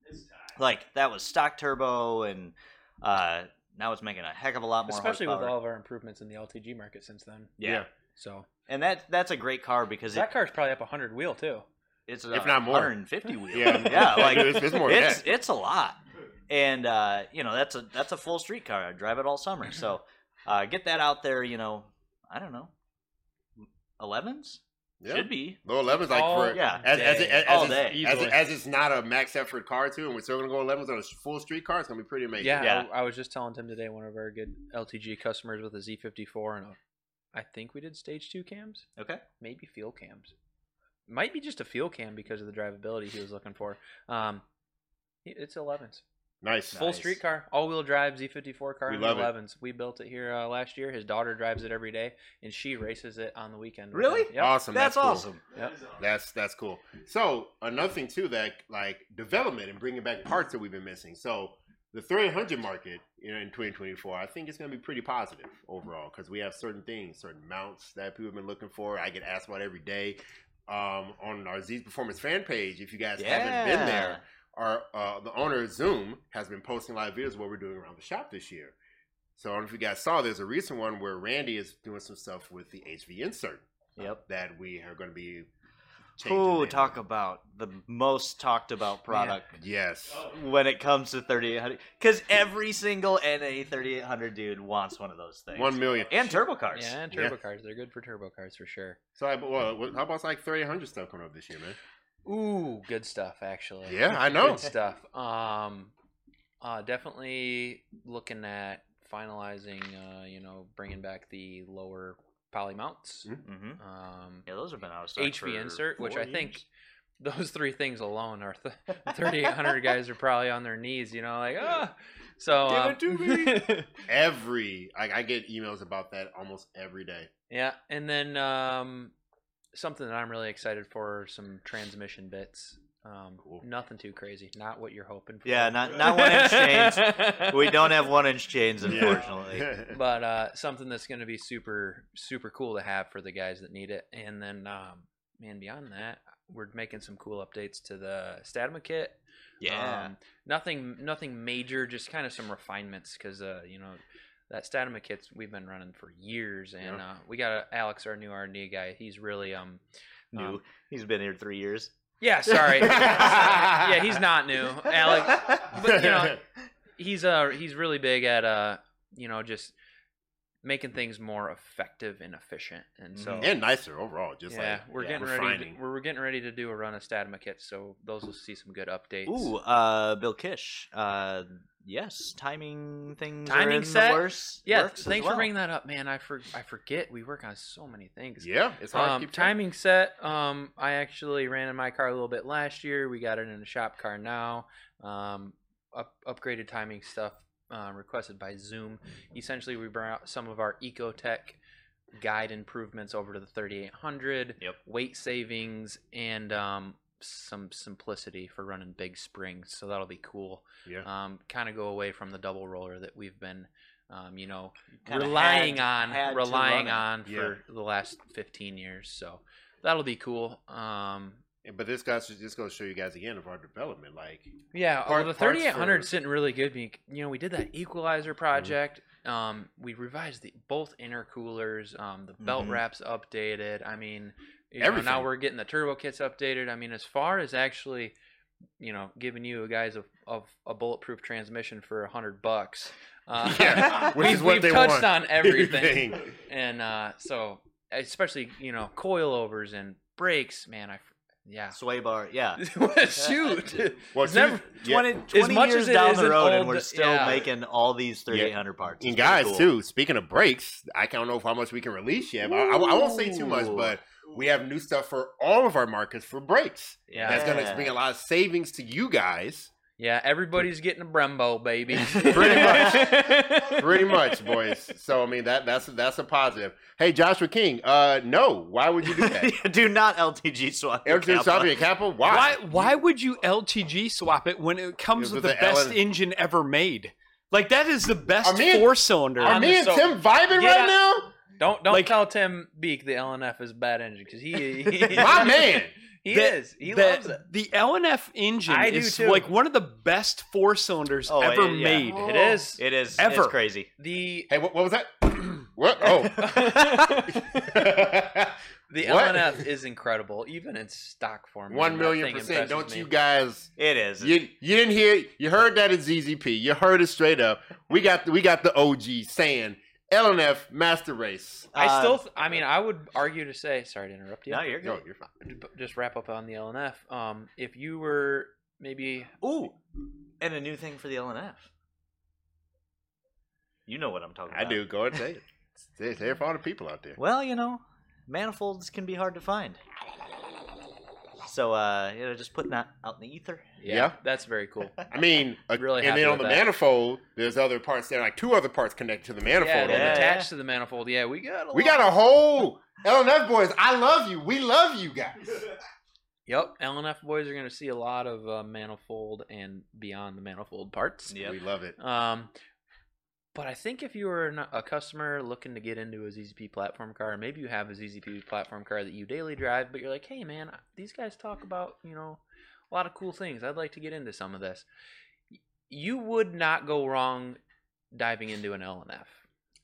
S3: It's time.
S1: Like that was stock turbo, and uh, now it's making a heck of a lot more.
S4: especially with
S1: horsepower.
S4: all of our improvements in the LTG market since then.
S1: yeah.
S2: Yeah.
S4: So
S1: and that that's a great car because it,
S4: that car's probably up 100 wheel too.
S1: it's
S2: if
S1: a
S2: not more.
S1: 150 wheel.
S2: Yeah.
S1: yeah, like
S2: It's- it's more than
S1: it's
S2: that.
S1: it's a lot, and uh, you know that's a that's a full street car. I drive it all summer, so uh, get that out there. You know, I don't know, 11s
S2: Yeah.
S1: should be
S2: Low 11's like
S4: All
S2: for
S1: Oh, yeah.
S2: As, as, it-
S4: day.
S2: as,
S1: All
S2: it's,
S1: day.
S2: as, it-
S4: Easily.
S2: as it's not a max effort car too, and we're still gonna go 11s on a full street car. It's gonna be pretty amazing.
S4: Yeah,
S1: Yeah.
S4: I, I was just telling Tim today, one of our good LTG customers with a Z54 and a, I think we did stage two cams,
S1: okay.
S4: maybe fuel cams, might be just a fuel cam because of the drivability he was looking for. Um, it- it's 11s,
S2: nice.
S4: full
S1: Nice.
S4: street car, all-wheel drive Z54 car.
S2: We
S4: in
S2: love it.
S4: 11s. We built it here uh, last year. His daughter drives it every day, and she races it on the weekend. with
S1: Really?
S4: him. Yep.
S2: Awesome.
S1: That's,
S2: cool.
S1: awesome.
S4: Yep.
S3: That is awesome.
S2: That's that's cool. So another thing too that like development and bringing back parts that we've been missing. So the 300 market you know, in 2024, I think it's going to be pretty positive overall because we have certain things, certain mounts that people have been looking for. I get asked about every day um, on our Z's Performance fan page. If you guys haven't been there, our uh, the owner of Zoom has been posting live videos of what we're doing around the shop this year. So I don't know if you guys saw. There's a recent one where Randy is doing some stuff with the HV insert
S1: Yep.
S2: that we are going to be. changing
S1: Ooh,
S2: and-
S1: talk about the most talked about product
S2: Yes.
S3: Oh,
S1: when it comes to 3800. Because every single NA 3800 dude wants one of those things.
S2: One million.
S1: and turbo cars.
S4: Yeah, and
S2: Yeah.
S4: turbo cars. They're good for turbo cars for sure.
S2: So, I, well, what- how about like 300 stuff coming up this year, man?
S4: Ooh, good stuff actually.
S2: Yeah, I know.
S4: Good stuff. Um, uh, definitely looking at finalizing. Uh, you know, bringing back the lower poly mounts.
S2: Mm-hmm.
S1: hmm
S4: Um,
S1: Yeah, those have been out of stock. for
S4: HV insert, which
S1: four
S4: I think
S1: years.
S4: those three things alone are th- 3,800 guys are probably on their knees. You know, like ah. So
S2: Give
S4: um,
S2: it to Every, I, I get emails about that almost every day.
S4: Yeah, and then um, something that I'm really excited for are some transmission bits. Um,
S2: Cool.
S4: Nothing too crazy. Not what you're hoping for.
S1: Yeah, not, not one inch chains. We don't have one inch chains,
S2: Yeah.
S1: unfortunately.
S4: But uh, something that's going to be super super cool to have for the guys that need it. And then, um, man, beyond that, we're making some cool updates to the Statima kit.
S1: Yeah.
S4: Um, nothing nothing major, just kind of some refinements because uh, you know that Statima kits we've been running for years, and
S2: Yeah.
S4: uh, we got uh, Alex, our new R and D guy. He's really um
S1: New.
S4: um,
S1: He's been here three years.
S4: Yeah, sorry. yeah, he's not new. Alex, but you know, he's uh he's really big at uh you know just making things more effective and efficient, and so
S1: Mhm.
S2: Mm-hmm. and nicer overall. Just
S4: yeah,
S2: like
S4: we're
S1: yeah,
S4: getting ready.
S2: refining.
S4: To, we're getting ready to do a run of Statima kits, so those will see some good updates.
S1: Ooh, uh, Bill Kish. Uh, yes, timing things. are
S4: Timing
S1: in the
S4: set?
S1: worse-
S4: Yeah,
S1: works as
S4: thanks
S1: well.
S4: for bringing that up, man. I for, I forget we work on so many things.
S2: Yeah, it's hard
S4: Um,
S2: to keep track.
S4: timing set. Um, I actually ran in my car a little bit last year. We got it in a shop car now. Um, up, upgraded timing stuff uh, requested by Zoom. Essentially, we brought some of our Ecotech guide improvements over to the 3800.
S1: Yep.
S4: Weight savings and um, some simplicity for running big springs. So that'll be cool.
S2: Yeah.
S4: Um, kind of go away from the double roller that we've been, um, you know,
S1: Kinda
S4: relying
S1: had-
S4: on
S1: had to
S4: relying
S1: run
S4: on
S2: Yeah.
S4: for the last 15 years so that'll be cool um
S2: And- But this guy's just going to show you guys again of our development. Like,
S4: yeah
S2: Part-
S4: well, the
S2: parts
S4: 3800
S2: for- Mm-hmm.
S4: sitting really good be- you know we did that equalizer project um we revised the both intercoolers um the belt
S1: Mhm.
S4: wraps updated i mean you know, now
S2: Mm-hmm. Everything.
S4: we're getting the turbo kits updated i mean as far as actually you know giving you guys a, of a bulletproof transmission for 100 bucks uh,
S2: Yeah, which
S4: we've,
S2: is what
S4: we've
S2: they want.
S4: touched on everything. and uh, so especially you know coilovers and brakes, man. I f- yeah,
S1: sway bar. Yeah,
S4: shoot.
S2: Well,
S4: It's never-
S2: yeah.
S1: 20, 20
S4: much
S1: years
S4: as it
S1: down
S4: is
S1: the
S4: an
S1: road, and
S4: old-
S1: we're still
S4: yeah.
S1: making all these 3800 parts.
S2: And
S1: It's pretty
S2: guys,
S1: cool.
S2: too, speaking of breaks, I don't know if how much we can release yet. but I, I, I won't say too much,
S1: Ooh.
S2: but we have new stuff for all of our markets for breaks.
S4: Yeah.
S2: That's going to bring a lot of savings to you guys.
S4: yeah, everybody's getting a Brembo, baby.
S2: Pretty
S4: much.
S2: Pretty much, boys. So I mean that that's that's a positive. Hey, Joshua King. Uh, no. Why would you do that?
S1: do not LTG swap. your
S2: Everton
S1: Kappa.
S2: Sofia Kappa. Why?
S5: Why? Why would you LTG swap it when it comes
S2: It
S5: with
S2: was
S5: the
S2: the
S5: best
S2: LN
S5: engine ever made? Like that is the best
S2: Are me and-
S5: four cylinder.
S2: Are me and
S4: so-
S2: Tim vibing
S4: Yeah.
S2: right now?
S4: Don't don't
S5: Like-
S4: tell Tim Beek the LNF is a bad engine because he, he
S2: My man.
S4: he
S5: That-
S4: is he
S5: the,
S4: loves it.
S5: The LNF engine
S4: I do
S5: is
S4: too.
S5: like one of the best four cylinders
S1: Oh,
S5: ever
S1: it- yeah.
S5: made.
S4: It is
S1: It is
S5: Ever.
S1: It's crazy.
S4: the
S2: Hey, what, what was that? what? Oh.
S4: the
S2: What?
S4: LNF is incredible even in stock form.
S2: One
S4: That
S2: million
S4: thing
S2: percent.
S4: impresses
S2: Don't
S4: me.
S2: you guys?
S1: It is.
S2: You you didn't hear? You heard that at ZZP. You heard it straight up. We got we got the OG saying LNF Master Race.
S1: Uh,
S4: I still, th- I mean, I would argue to say, sorry to interrupt you.
S1: no, you're
S2: No,
S1: good.
S2: you're fine.
S4: to b- just wrap up on the LNF. Um, if you were maybe
S1: Ooh, and a new thing for the LNF. You know what I'm talking
S2: I
S1: about.
S2: do. Go ahead and say it. Say it, say it for all the people out there.
S1: Well, you know, manifolds can be hard to find. So, uh, you know, just putting that out in the ether.
S2: Yeah.
S4: that's very cool.
S2: I mean, a,
S4: Really
S2: and
S4: happy
S2: then on the
S4: with that.
S2: manifold, there's other parts there, like two other parts connected to the manifold.
S4: yeah,
S2: on
S4: they're
S1: yeah.
S2: there.
S4: attached to the manifold. Yeah, we got a
S2: We
S4: lot.
S2: got a whole LNF boys. I love you. We love you guys.
S4: Yep, LNF boys are gonna see a lot of uh, manifold and beyond the manifold parts.
S1: Yep.
S2: We love it.
S4: Um, but I think if you were an, a customer looking to get into a ZZP platform car, maybe you have a ZZP platform car that you daily drive, but you're like, hey man, these guys talk about you know a lot of cool things. I'd like to get into some of this. Y- You would not go wrong diving into an LNF.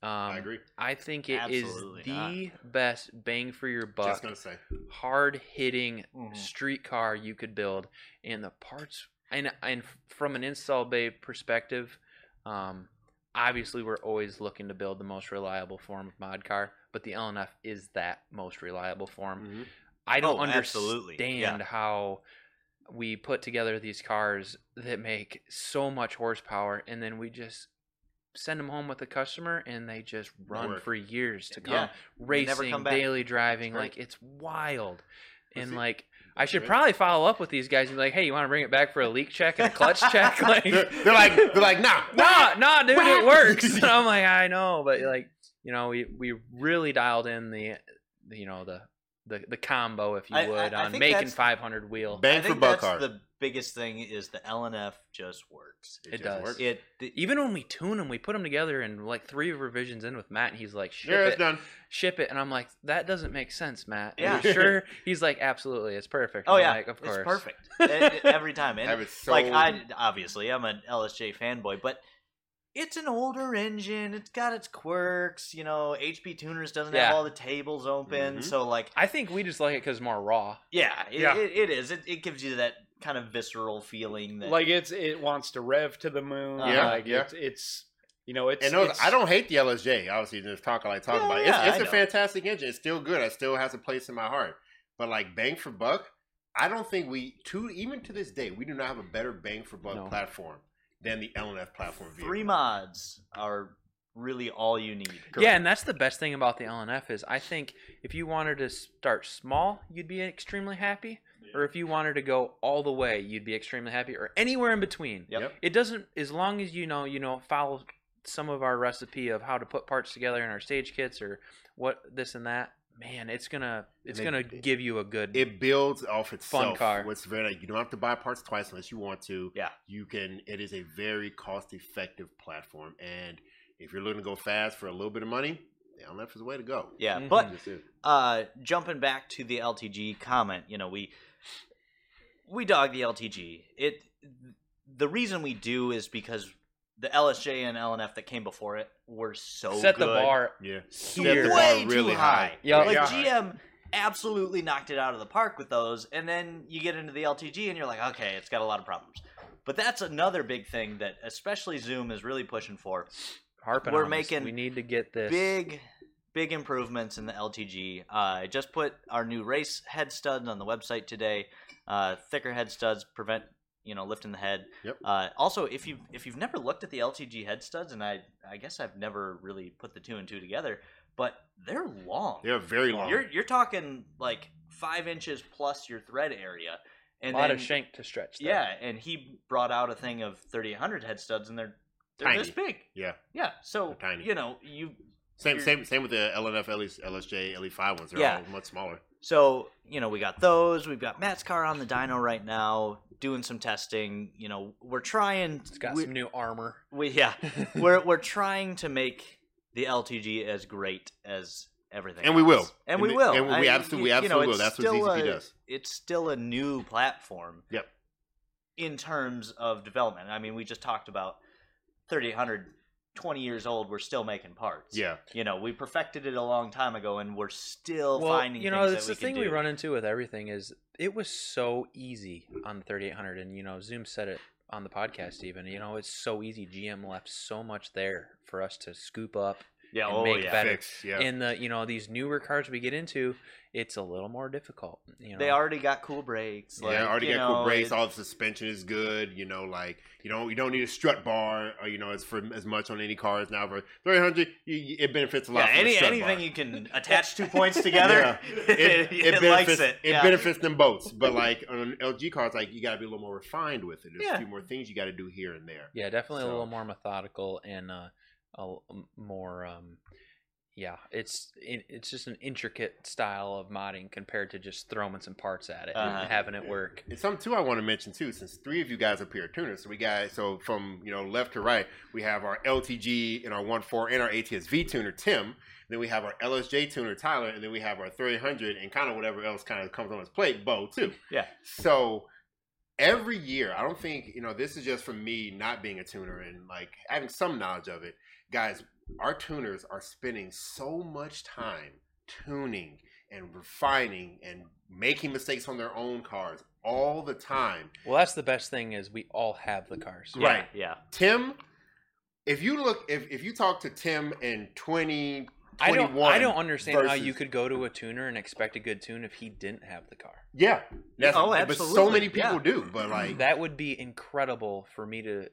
S4: Um,
S2: I agree.
S4: I think it is
S1: Absolutely
S4: the best bang for your
S2: Just
S4: buck,
S2: gonna say.
S4: hard hitting
S1: Mm-hmm.
S4: street car you could build and the parts and and from an install bay perspective um obviously we're always looking to build the most reliable form of mod car but the lnf is that most reliable form i don't
S1: Oh, absolutely.
S4: understand
S1: Yeah.
S4: how we put together these cars that make so much horsepower and then we just send them home with the customer and they just run
S2: Work.
S4: for years to come
S1: Yeah. They never
S4: racing
S1: come back.
S4: daily driving
S1: That's right.
S4: like it's wild and
S2: see-
S4: like I should
S2: Right.
S4: probably follow up with these guys and be like, "Hey, you want to bring it back for a leak check and a clutch check?" Like,
S2: They're, they're like they're like nah.
S4: nah, nah, dude,
S2: What?
S4: it works. And I'm like, I know, but like, you know, we we really dialed in the, the you know, the the the combo, if you
S1: I- I-
S4: would,
S1: I
S4: on
S1: think
S4: making
S1: that's-
S4: 500 wheel.
S1: I
S2: Bang for
S1: think
S2: buck
S1: that's
S2: hard.
S1: the biggest thing is the LNF just works.
S4: It does.
S1: It, it
S4: Even when we tune them, we put them together and like three revisions in with Matt, and he's like, "Ship
S2: Sure,
S4: it,
S2: it's done.
S4: ship it," and I'm like, "That doesn't make sense, Matt." Are
S1: Yeah.
S4: you sure. He's like, "Absolutely, it's perfect."
S1: oh
S4: I'm
S1: yeah,
S4: like, of course,
S1: it's perfect It- it- every time. And
S2: I was so
S1: like I obviously I'm an LSJ fanboy, but it's an older engine. It's got its quirks. You know, HP Tuners doesn't
S4: Yeah.
S1: have all the tables open,
S2: Mhm.
S1: so like
S4: I think we just like it because more raw.
S1: yeah, it,
S5: Yeah.
S1: It, it is. It, it gives you that kind of visceral feeling that
S5: Like it's it wants to rev to the moon.
S1: Yeah,
S5: like
S2: yeah.
S5: It's, it's you know it's.
S2: and those,
S5: it's-
S2: I don't hate the LSJ. Obviously, just talking like talking
S1: Yeah,
S2: about it.
S1: yeah,
S2: It's,
S1: I
S2: it's a
S1: know.
S2: fantastic engine. It's still good. It still has a place in my heart. But like bang for buck, I don't think we to even to this day we do not have a better bang for buck
S4: No.
S2: platform than the LNF platform vehicle.
S1: Three mods are really all you need.
S4: Yeah, and that's the best thing about the LNF is I think if you wanted to start small, you'd be extremely happy, or if you wanted to go all the way, you'd be extremely happy, or anywhere in between.
S1: Yep.
S4: It doesn't as long as you know you know follow some of our recipe of how to put parts together in our stage kits or what this and that. Man, it's gonna it's
S2: it-
S4: gonna
S2: it-
S4: give you a good.
S2: It builds off itself.
S4: car.
S2: What's very you don't have to buy parts twice unless you want to.
S1: Yeah.
S2: You can it is a very cost effective platform. And if you're looking to go fast for a little bit of money, the LNF is the way to go.
S1: Yeah,
S4: Mhm.
S1: but
S2: Just is.
S1: uh, jumping back to the LTG comment, you know, we we dog the LTG. It the reason we do is because the LSJ and LNF that came before it were so
S4: set the
S1: good.
S4: bar
S2: Yeah.
S1: way
S2: Set the
S4: here.
S2: bar
S1: too
S2: really
S1: high.
S2: high.
S4: Yeah.
S1: Like
S5: Yeah.
S1: GM absolutely knocked it out of the park with those, and then you get into the LTG and you're like, okay, it's got a lot of problems. But that's another big thing that especially Zoom is really pushing for.
S4: Harping
S1: We're
S4: on this.
S1: making
S4: We need to get this.
S1: Big, big improvements in the LTG. Uh, I just put our new race head studs on the website today. Uh, thicker head studs prevent you know lifting the head.
S2: Yep.
S1: Uh, also, if you if you've never looked at the LTG head studs, and I I guess I've never really put the two and two together, but they're long.
S2: They're very long.
S1: You're you're talking like five inches plus your thread area,
S4: a
S1: and
S4: lot
S1: then,
S4: of shank to stretch. there.
S1: Yeah, and he brought out a thing of 3,800 head studs, and they're they're
S2: Tiny.
S1: this big.
S2: yeah.
S1: Yeah, so
S2: They're tiny.
S1: you know you
S2: Same
S1: You're-
S2: same same with the LNF LS, LSJ LE E five ones. They're
S1: Yeah.
S2: all much smaller.
S1: so you know we got those. We've got Matt's car on the dyno right now, doing some testing. You know we're trying.
S4: It's got
S1: we,
S4: some new armor.
S1: we- yeah, we're we're trying to make the LTG as great as everything,
S2: And we will.
S1: else. and
S2: And
S1: we
S2: we-
S1: will,
S2: and we
S1: I mean,
S2: absolutely- we
S1: you know,
S2: absolutely will.
S1: it's
S2: That's what
S1: still
S2: ZZP
S1: a-
S2: does.
S1: It's still a new platform.
S2: Yep.
S1: in terms of development. I mean, we just talked about 3800 20 years old, we're still making parts.
S2: Yeah.
S1: You know, we perfected it a long time ago and we're still
S4: well,
S1: finding
S4: you know,
S1: things
S4: it's
S1: that
S4: the thing
S1: can
S4: we
S1: do.
S4: run into with everything is it was so easy on the 3800, and you know, Zoom said it on the podcast even. You know, it's so easy. GM left so much there for us to scoop up
S1: Yeah,
S4: and
S1: oh
S4: make
S1: yeah.
S4: better.
S2: Fix, yeah.
S4: in the you know these newer cars we get into. It's a little more difficult. You know,
S1: They already got cool brakes.
S2: Yeah,
S1: like,
S2: I already
S1: you
S2: got
S1: know,
S2: cool brakes.
S1: it-
S2: All the suspension is good. You know, like you don't you don't need a strut bar. Or, you know, it's for as much on any cars now. For three hundred, it benefits a
S1: yeah,
S2: lot. from the
S1: any,
S2: strut
S1: anything
S2: bar.
S1: you can attach two points together, it, it likes
S2: benefits,
S1: it. yeah.
S2: benefits them both. But like on an LG car, it's like you got to be a little more refined with it. There's
S1: Yeah.
S2: a few more things you got to do here and there.
S4: yeah, definitely a
S2: So-
S4: little more methodical and uh, a l- m- more. Um, yeah, it's it, it's just an intricate style of modding compared to just throwing some parts at it
S1: Uh-huh.
S4: and having it work.
S2: And something too I want to mention too, since three of you guys up here are tuners, so we got so from you know left to right, we have our LTG and our 1.4 and our ATSV tuner Tim. Then we have our LSJ tuner Tyler, and then we have our 300 and kind of whatever else kind of comes on his plate, Bo too.
S1: Yeah.
S2: So every year, I don't think you know this is just from me not being a tuner and like having some knowledge of it, guys. Our tuners are spending so much time tuning and refining and making mistakes on their own cars all the time.
S4: Well, that's the best thing is we all have the cars.
S1: Yeah,
S2: Right.
S1: Yeah.
S2: Tim, if you look, if, if you talk to Tim in 20,
S4: I don't.
S2: 21
S4: I don't understand how
S2: versus-
S4: you could go to a tuner and expect a good tune if he didn't have the car.
S2: yeah, that's,
S1: Oh,
S2: But so
S1: absolutely,
S2: many people
S1: yeah.
S2: do, but like,
S4: That would be incredible for me to.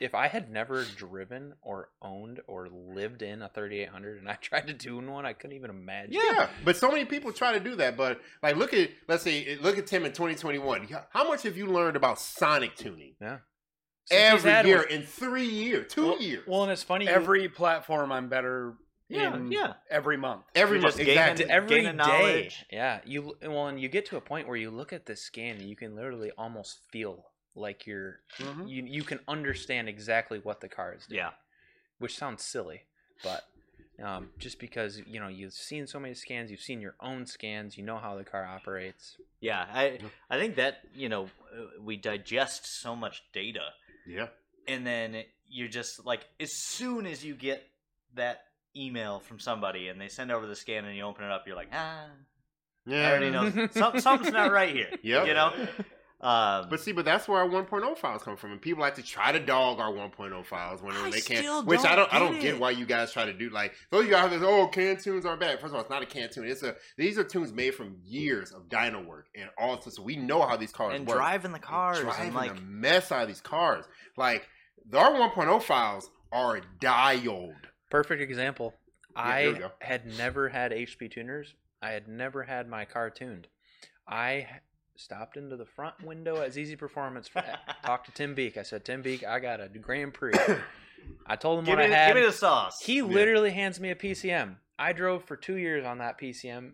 S4: If I had never driven or owned or lived in a 3800 and I tried to tune one, I couldn't even imagine.
S2: yeah, but so many people try to do that. But like, look at let's say, look at Tim in 2021. Yeah, How much have you learned about sonic tuning
S4: Since he's had
S2: every year
S4: one-
S2: in three years, two
S4: well,
S2: years,
S4: Well, and it's funny. Every
S5: Every platform I'm better
S1: Yeah.
S5: in
S1: yeah.
S5: every month.
S2: every
S1: you're
S2: month?
S1: just gaming-
S2: Exactly.
S4: every
S1: gain the
S4: day.
S1: knowledge.
S4: Yeah. You well, and you get to a point where you look at the scan, and you can literally almost feel like you're
S1: Mm-hmm.
S2: Hmm?
S5: Mhm.
S4: you you can understand exactly what the car is doing.
S1: Yeah.
S4: which sounds silly, but um, just because you know you've seen so many scans, you've seen your own scans, you know how the car operates.
S1: Yeah. I I think that, you know, uh, we digest so much data
S2: Yeah.
S1: and then you're just like as soon as you get that email from somebody and they send over the scan and you open it up you're like ah i
S2: Yeah.
S1: already know some, something's not right here
S2: Yep.
S1: you know um
S2: But see, but that's where our 1.0 files come from, and people like to try to dog our 1.0 files whenever
S1: I
S2: they can.
S1: still
S2: which I
S1: don't
S2: don't, I
S1: get
S2: don't get
S1: it.
S2: why you guys try to do like those of you out there. Oh, can tunes are bad. First of all, it's not a can tune. It's a these are tunes made from years of dyno work and all. So we know how these cars
S1: and
S2: work.
S1: driving the cars
S2: driving
S1: and like
S2: the mess out of these cars. Like The R1.0 files are dialed.
S4: Perfect example.
S2: Yeah, here we
S4: I
S2: go.
S4: had never had HP tuners. I had never had my car tuned. I h- stopped into the front window at ZZ Performance. For, talked to Tim Beek. I said, Tim Beek, I got a Grand Prix. I told him
S1: Give
S4: what
S1: me,
S4: I had.
S1: give me the sauce.
S4: He literally hands me a PCM. I drove for two years on that PCM.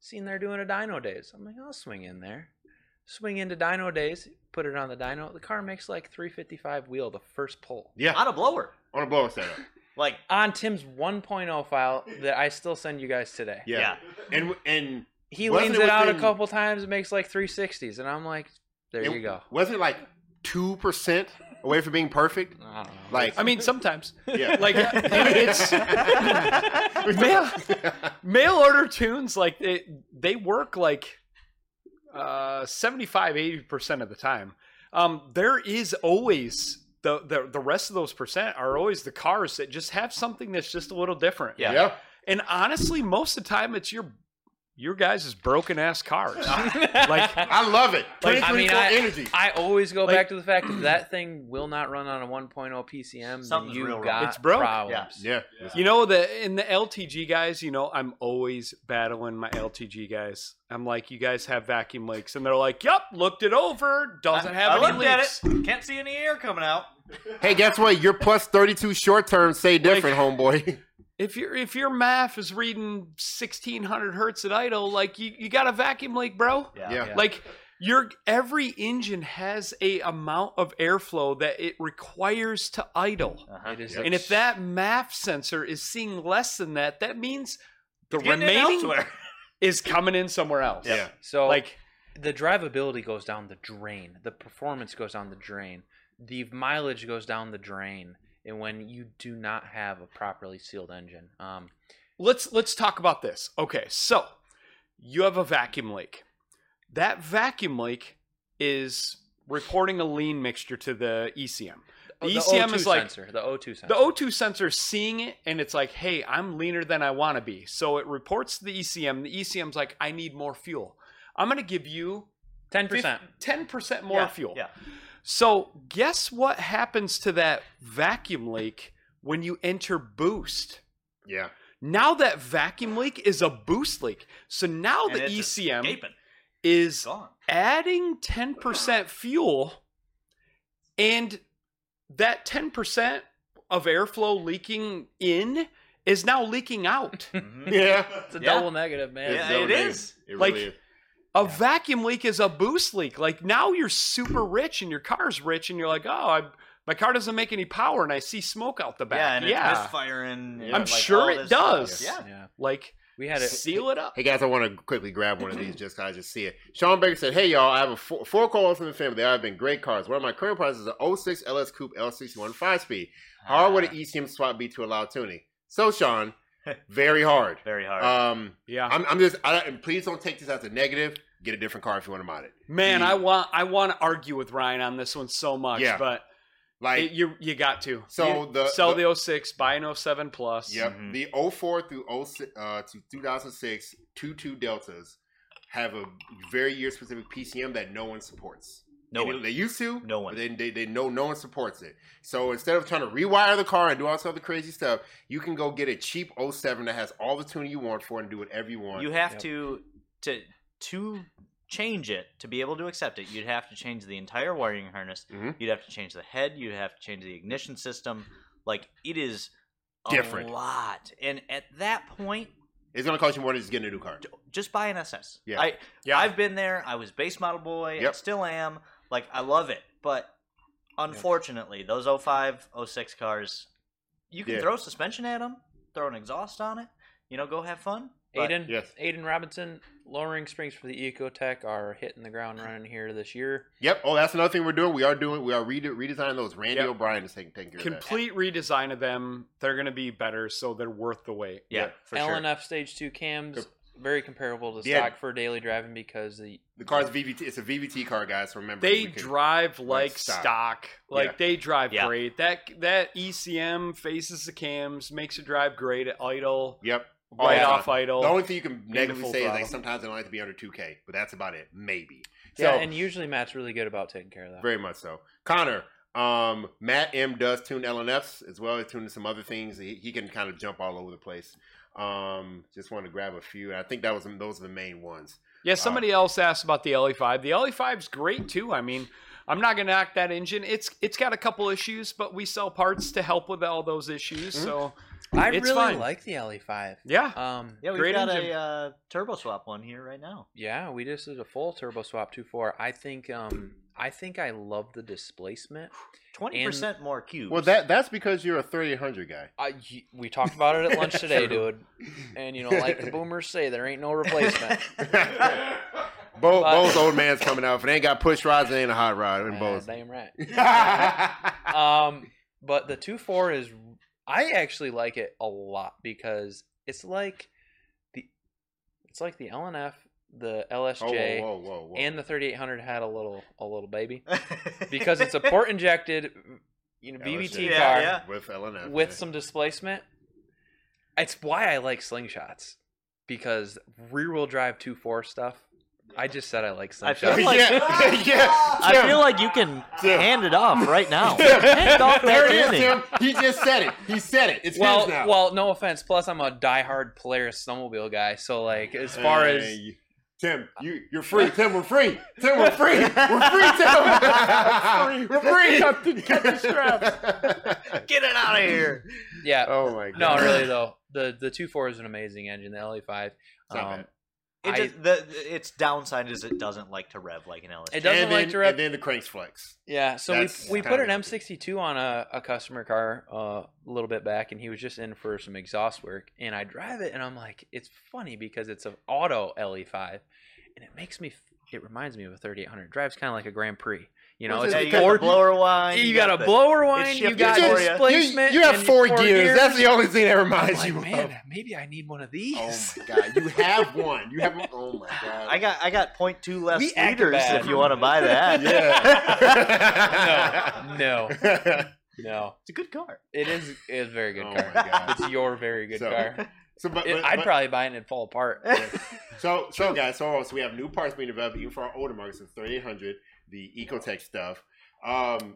S4: Seen there doing a dyno days. I'm like, I'll swing in there. Swing into dyno days, put it on the dyno. The car makes like 355 wheel the first pull.
S2: Yeah,
S1: on a blower.
S2: on a blower setup.
S1: Like,
S4: On Tim's 1.0 file that I still send you guys today.
S2: Yeah,
S1: yeah.
S2: and and
S4: He
S2: Wasn't
S4: leans
S2: it
S4: it out a
S2: within-
S4: couple times, it makes like 360s. And I'm like, there
S2: it
S4: you go.
S2: Wasn't it like two percent away from being perfect?
S4: I don't know.
S2: Like,
S5: I mean, sometimes
S2: yeah,
S5: like it's mail mail order tunes like they they work like uh 75 80% of the time. Um there is always the, the the rest of those percent are always the cars that just have something that's just a little different.
S1: Yeah.
S2: yeah.
S5: And honestly, most of the time it's your your guys' broken ass cars. like
S2: I love it.
S4: Like,
S2: Twenty
S4: I
S2: twenty
S4: mean,
S2: four
S4: I-
S2: energy.
S4: I always go
S5: Like-
S4: back to the fact that that thing will not run on a 1.0 PCM. Then
S1: Something's
S4: you
S1: real wrong.
S4: got
S5: It's broke.
S4: problems.
S2: yeah,
S5: You know the in the LTG guys, you know I'm always battling my LTG guys. I'm like, you guys have vacuum leaks, and they're like, "Yep, looked it over, doesn't have
S1: I
S5: any
S1: looked
S5: leaks."
S1: at it. Can't see any air coming out.
S2: Hey, guess what? Your plus thirty two short term say different, homeboy.
S5: If your if your math is reading 1600 hertz at idle, like you you got a vacuum leak, bro.
S1: Yeah.
S2: Yeah.
S5: Like your every engine has a amount of airflow that it requires to idle.
S1: Uh-huh.
S4: It is
S5: And if that MAF sensor is seeing less than that, that means the
S1: Getting it
S5: remaining
S1: elsewhere.
S5: is coming in somewhere else.
S1: Yeah.
S4: so
S5: Like
S4: the drivability goes down the drain the performance goes down the drain the mileage goes down the drain and when you do not have a properly sealed engine um
S5: let's let's talk about this. Okay, so you have a vacuum leak. That vacuum leak is reporting a lean mixture to the E ECM.
S4: Oh,
S5: The, ECM
S4: O2
S5: is like
S4: sensor, the o2 sensor
S5: the O2 sensor is seeing it and it's like, hey, I'm leaner than I want to be. So it reports to the ECM. The ECM's like, I need more fuel. I'm going to give you
S4: 10%
S5: 10% more
S1: Yeah,
S5: fuel.
S1: Yeah.
S5: So, guess what happens to that vacuum leak when you enter boost?
S2: yeah.
S5: Now that vacuum leak is a boost leak. So now
S1: And
S5: Oh, the E
S1: it's
S5: ECM
S1: escaping. It's
S5: is
S1: gone.
S5: adding 10% fuel and that 10% of airflow leaking in is now leaking out.
S1: Mhm.
S2: Yeah.
S4: it's a
S1: Yeah.
S4: double negative man
S1: Yeah,
S2: It's
S1: it
S2: dominating.
S1: is.
S2: It
S5: Like-
S2: really is.
S5: A vacuum leak is a boost leak. Like now you're super rich and your car's rich and you're like, "Oh, I, my car doesn't make any power and I see smoke out the
S1: Yeah,
S5: back."
S1: and
S5: Yeah.
S1: it's misfiring. and,
S5: I'm
S1: like,
S5: sure
S1: all
S5: it
S1: this
S5: does.
S1: stuff.
S4: Yeah.
S5: Like
S4: we had it
S5: seal it up.
S2: Hey guys, I want to quickly grab one of these just 'cause I just see it. Sean Baker said, "Hey y'all, I have a four, four cars from the family. They have been great cars. One of my current prices is oh an 06 LS Coupe L61 five speed. How hard
S1: Ah.
S2: would an ECM swap be to allow tuning? So Sean, very hard.
S1: Very hard.
S2: Um,
S5: Yeah.
S2: I'm, I'm just. I, and please don't take this as a negative. Get a different car if you want to mod it.
S5: Man,
S2: Mm.
S5: I want I want to argue with Ryan on this one so much,
S2: Yeah.
S5: but
S2: Like
S5: it, you you got to.
S2: So
S5: You
S2: the-
S5: sell
S2: the-
S5: the, 06, buy an 07 plus.
S2: Yep.
S1: Mhm.
S2: The 04 through 06, uh, to 2006 two two Deltas have a very year specific PCM that no one supports.
S1: no
S2: they,
S1: one.
S2: They used to.
S1: No one.
S2: But they, they, they know no one supports it. So instead of trying to rewire the car and do all this other crazy stuff, you can go get a cheap 07 that has all the tuning you want for it and do whatever you want.
S1: You have
S4: Yep.
S1: to to to change it to be able to accept it. You'd have to change the entire wiring harness.
S2: Mhm.
S1: You'd have to change the head. You'd have to change the ignition system. Like it is a
S2: Different.
S1: lot. And at that point,
S2: it's going to cost you more than just getting a new car.
S1: just buy an SS.
S2: Yeah.
S1: I
S5: Yeah.
S1: I've been there. I was base model boy. I
S2: Yep.
S1: still am. Like I love it, but unfortunately, those 05, 06 cars, you can
S2: Yeah.
S1: throw suspension at them, throw an exhaust on it. You know, go have fun. But-
S4: Aiden,
S2: yes.
S4: Aiden Robinson, lowering springs for the Ecotech are hitting the ground running here this year.
S2: Yep. Oh, that's another thing we're doing. We are doing, we are rede- redesigning those. Randy
S5: Yep.
S2: O'Brien is taking, taking care of that.
S5: Complete redesign of them. They're going to be better, so they're worth the wait.
S1: Yeah,
S2: Yeah.
S1: for sure.
S4: LNF Stage Two cams, very comparable to
S2: Yeah.
S4: stock for daily driving because the
S2: The car's VVT. It's a VVT car, guys. So remember.
S5: They
S2: we can-
S5: drive like
S2: stock.
S5: stock. Like
S2: Yeah.
S5: they drive
S1: Yeah.
S5: great. That that ECM faces the cams, makes it drive great at idle,
S2: Yep. Oh,
S5: right
S2: yeah.
S5: off idle.
S2: The only thing you can negatively
S5: full
S2: say is
S5: throttle.
S2: like sometimes they don't like to be under 2K, but that's about it. Maybe.
S4: yeah,
S2: so,
S4: and usually Matt's really good about taking care of that.
S2: very much so. Connor, Um, Matt M does tune LNFs as well as tune some other things. He, he can kind of jump all over the place. Um, just want to grab a few. I think that was those are the main ones.
S5: Yeah, somebody else asked about the LE5. The LE5's great too. I mean, I'm not gonna knock that engine. It's it's got a couple issues, but we sell parts to help with all those issues. So
S4: I
S5: It's
S4: really
S5: fine.
S4: like the LE5.
S5: yeah,
S4: Um,
S1: Yeah, we've
S5: Great
S1: got
S5: engine.
S1: a uh, turbo swap one here right now.
S4: yeah, we just did a full turbo swap 2.4. I think um, I think I love the displacement.
S1: Twenty percent more cubes.
S2: Well, that that's because you're a 3800 guy.
S4: I, y- we talked about it at lunch today, dude. And you know, like the boomers say, there ain't no replacement.
S2: Bo,
S4: But-
S2: Bo's old man's coming out. If it ain't got push rods, it ain't a hot rod. And
S4: Ah,
S2: Bo's.
S4: damn right.
S2: yeah,
S4: Um, but the two four is I actually like it a lot because it's like the it's like the LNF, the LSJ,
S2: Oh, whoa, whoa, whoa.
S4: and the 3800 had a little a little baby because it's a port injected, you know, BVT
S2: LSJ.
S4: car
S1: Yeah,
S2: with LNF
S4: with
S2: yeah.
S4: some displacement. It's why I like slingshots because rear wheel drive two four stuff. I just said I like
S1: I
S4: slingshots.
S1: feel like
S2: yeah, yeah.
S1: I
S2: Tim.
S1: feel like you can
S2: Tim.
S1: hand it off right now.
S2: Tim.
S1: hand off
S2: there
S1: that
S2: it is,
S1: engine.
S2: Tim. He just said it. He said it. It's
S4: well,
S2: his now.
S4: well, no offense. Plus, I'm a diehard Polaris snowmobile guy, so like as far as
S2: Hey, Tim, you you're free. Tim, we're free. Tim, we're free. We're free. Tim. we're free. Cut the, cut the straps.
S1: Get it out of here.
S4: yeah,
S2: Oh my god.
S4: no, really though. The the two four is an amazing engine. The LE five,
S2: not
S4: um,
S2: bad.
S1: It
S4: I-
S1: just, the, its downside is it doesn't like to rev like an LSD.
S4: it doesn't
S2: and then,
S4: like to rev.
S2: And then the cranks flex.
S4: yeah, so
S2: That's
S4: we we
S2: kinda
S4: put an
S2: what it
S4: M62 on a, a customer car uh, a little bit back, and he was just in for some exhaust work, and I drive it, and I'm like, it's funny because it's an auto LE five, and it makes me. It reminds me of a 3800. It drives kind of like a Grand Prix. You know,
S2: Well,
S4: it's
S1: yeah,
S2: just
S1: you
S2: because-
S1: got
S4: four-
S1: the blower wine.
S4: you, got, a
S1: the-
S4: blower wine, you
S1: shifted
S4: got
S1: for ya.
S4: displacement.
S2: You, you have
S4: and
S2: four, gears. That's the only thing that
S4: I'm
S2: reminds
S4: like,
S2: you of-
S4: man, maybe I need one of these.
S2: Oh my god. You have one. You have one. Oh my god.
S1: I got I got point two less
S4: We act
S1: liters
S4: bad.
S1: if you want to buy that.
S2: yeah.
S4: no, no,
S1: it's a good car.
S4: it is it's a very good
S2: oh
S4: car.
S2: my god.
S4: It's your very good
S2: So,
S4: car.
S2: So, but,
S4: It-
S2: but-
S4: I'd
S2: but-
S4: probably buy it and it'd fall apart.
S2: So, so guys, so, so we have new parts being developed even for our older markets, the 3800, the Ecotech stuff. Um,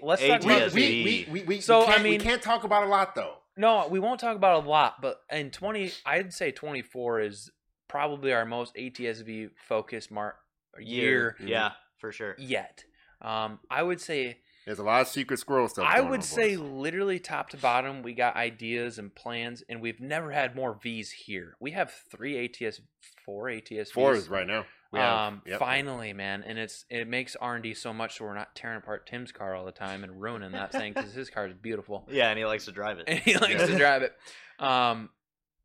S1: LTG,
S4: Let's talk
S2: we,
S4: about.
S1: ATSV.
S2: we, we, we, we,
S4: So,
S2: we can't,
S4: I
S2: we
S4: mean-
S2: can't talk about a lot though.
S4: No, we won't talk about a lot, but in twenty, I'd say twenty four is probably our most ATSV focused mark year
S1: Yeah, for sure.
S4: yet. Um, I would say
S2: There's a lot of secret squirrel stuff.
S4: I
S2: going on,
S4: would say
S2: boys.
S4: literally top to bottom, we got ideas and plans, and we've never had more V's here. We have three ATS, four ATS,
S2: four is right now. We have-
S4: um,
S2: yep.
S4: finally, man, and it's it makes R and D so much, so we're not tearing apart Tim's car all the time and ruining that thing because his car is beautiful
S1: Yeah, and he likes to drive
S4: and
S1: it.
S4: he likes to
S1: Yeah.
S4: drive it. Um,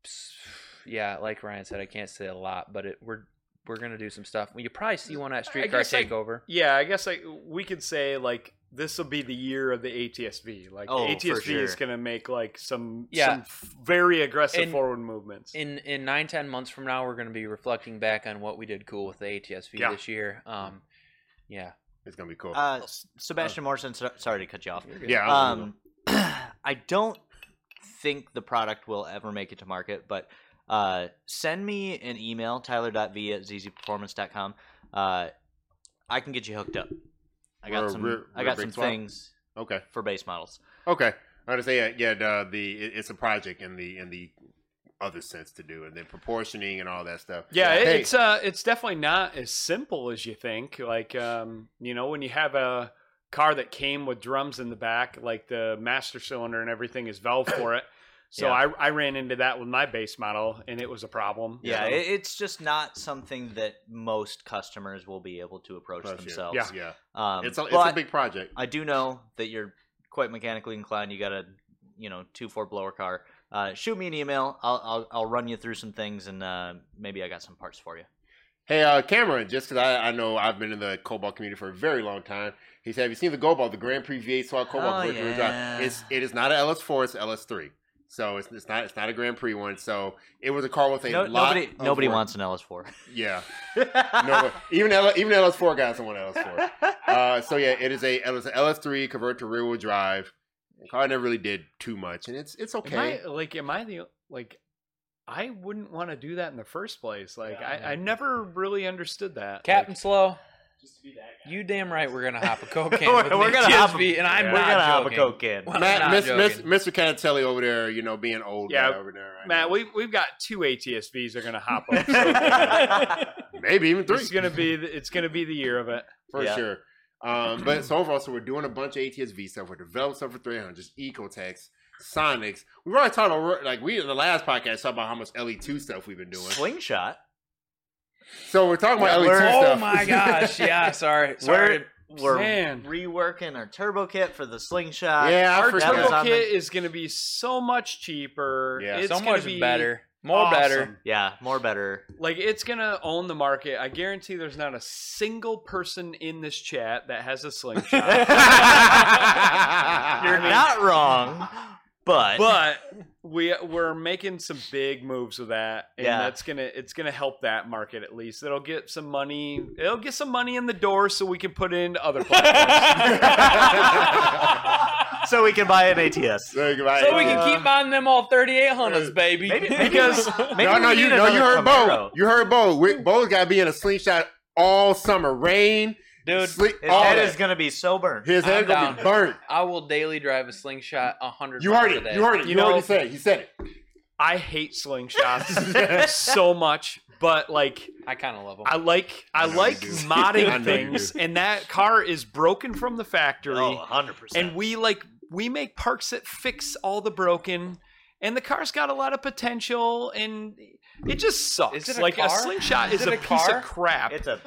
S4: s- yeah, like Ryan said, I can't say a lot, but it, we're we're gonna do some stuff. Well, you probably see one at Streetcar
S5: guess I-
S4: Takeover.
S5: yeah. I guess like we could say like this will be the year of the ATSV. Like
S1: Oh,
S5: the
S1: for
S5: ATSV is
S1: sure.
S5: gonna make like some
S4: Yeah.
S5: some f- very aggressive
S4: And-
S5: forward movements.
S4: in in nine ten months from now we're going to be reflecting back on what we did cool with the atsv
S5: Yeah.
S4: this year um yeah
S2: it's gonna be cool.
S1: Uh, S- Sebastian Morrison, so- sorry to cut you off.
S2: yeah, I'm-
S1: Um, I don't think the product will ever make it to market, but uh, send me an email, tyler.v at zzperformance.com. Uh, I can get you hooked up. I got
S2: Or
S1: some.
S2: rear-
S1: I
S2: rear
S1: got
S2: brake
S1: some
S2: swap?
S1: things
S2: okay,
S1: for base models.
S2: okay. I would say yeah, yeah. The, the it, it's a project in the in the other sense to do, and then proportioning and all that stuff.
S5: Yeah, it,
S2: Hey,
S5: it's uh, it's definitely not as simple as you think. Like, um, you know, when you have a car that came with drums in the back, like the master cylinder and everything is valve for it. So
S1: Yeah.
S5: I, I ran into that with my base model, and it was a problem.
S1: Yeah,
S5: So-
S1: it, it's just not something that most customers will be able to approach
S2: Approach it.
S1: themselves.
S5: Yeah.
S2: yeah.
S1: Um,
S2: it's a, it's a
S1: but
S2: big project.
S1: I do know that you're quite mechanically inclined. You got a, you know, two four blower car. Uh, shoot me an email. I'll, I'll I'll run you through some things, and uh, maybe I got some parts for you.
S2: Hey, uh, Cameron, just because I, I know I've been in the Cobalt community for a very long time, he said, Have you seen the Cobalt, the Grand Prix V8 Swap Cobalt?
S1: Oh,
S2: version of the
S1: yeah.
S2: drive? It's, it is not a LS4, it's LS3. So it's, it's not it's not a Grand Prix one. So it was a car with a
S1: No,
S2: lot
S1: nobody
S2: of
S1: nobody
S2: work.
S1: wants an LS4.
S2: Yeah. No, even, L, even LS4 guys don't want LS4. Uh, so yeah, it is a it was an LS3 convert to rear wheel drive. The car never really did too much, and it's it's okay.
S5: Am I like? Am I the like? I wouldn't want to do that in the first place. Like,
S4: Yeah,
S5: I, I never really understood that.
S4: captain slow
S3: Just to be that guy.
S4: You damn right we're gonna hop a cocaine.
S1: We're-
S4: with
S1: we're
S4: Nick
S1: gonna hop a-
S4: Kisby, and I'm
S5: Yeah.
S1: We're
S4: not
S1: gonna hop a
S4: joking.
S1: coke in.
S4: Well, I'm
S2: Matt,
S4: not
S2: Miss, Miss, Mr.
S4: joking.
S2: Canatelli over there, you know, being old
S5: Yeah.
S2: guy over there. Right
S5: Matt,
S2: now.
S5: we we've got two ATSVs that are gonna hop up. So
S2: maybe even three
S5: it's gonna be the, it's gonna be the year of it.
S2: for
S1: Yeah.
S2: sure. Um, but so overall, so we're doing a bunch of ATSV stuff. We're developing stuff for 300s, Ecotex, Sonics. We've already talked about like we in the last podcast talked about how much LE2 stuff we've been doing.
S1: Slingshot.
S2: So we're talking about LE2
S1: We're-
S2: stuff.
S4: Oh my gosh! Yeah, sorry, sorry.
S1: We're, we're
S5: Man.
S1: reworking our turbo kit for the slingshot.
S2: yeah, I
S5: Our
S1: that was
S5: turbo
S2: forgot.
S1: on the-
S5: kit is gonna be so much cheaper.
S2: Yeah.
S5: it's
S4: so
S5: gonna
S4: much
S5: be
S4: better, more better.
S5: awesome.
S1: Yeah, more better.
S5: Like it's gonna own the market. I guarantee there's not a single person in this chat that has a slingshot.
S1: You're
S5: mean-
S1: not wrong, but,
S5: but we we're making some big moves with that, and
S1: Yeah.
S5: that's gonna it's gonna help that market at least. It'll get some money. It'll get some money in the door, so we can put in other platforms.
S1: so we can buy an ATS.
S2: So, goodbye.
S4: So we
S1: Uh,
S4: can keep on them all 3800s, baby.
S1: Maybe, maybe
S5: Because-
S1: we- maybe
S2: no, no,
S1: we
S2: you
S1: need
S2: no, you
S1: another
S2: heard Bo.
S1: Camaro.
S2: You heard Bo. We- Bo's got to be in a slingshot all summer, rain,
S4: dude,
S2: sleep,
S1: His
S2: all
S1: head
S2: that.
S1: is gonna be sober.
S2: His head
S4: I'm
S2: gonna be
S4: down.
S2: burnt.
S4: I will daily drive a slingshot 100.
S2: You
S4: miles
S2: heard
S4: a
S2: it.
S4: day.
S2: You heard it.
S5: You
S2: You know what
S5: know-
S2: he said. He said it.
S5: I hate slingshots so much, but like
S4: I kind of love them.
S5: I like I
S2: I know you
S5: like
S2: do. I
S5: modding
S2: know you
S5: things,
S2: do.
S5: and that car is broken from the factory.
S1: Oh, 100 percent.
S5: and we like we make parts that fix all the broken and the car's got a lot of potential and it just sucks
S4: Is it a
S5: like
S4: car?
S5: a slingshot
S4: Is
S5: is,
S4: it
S5: a,
S4: a
S5: piece
S4: car?
S5: of crap
S1: it's a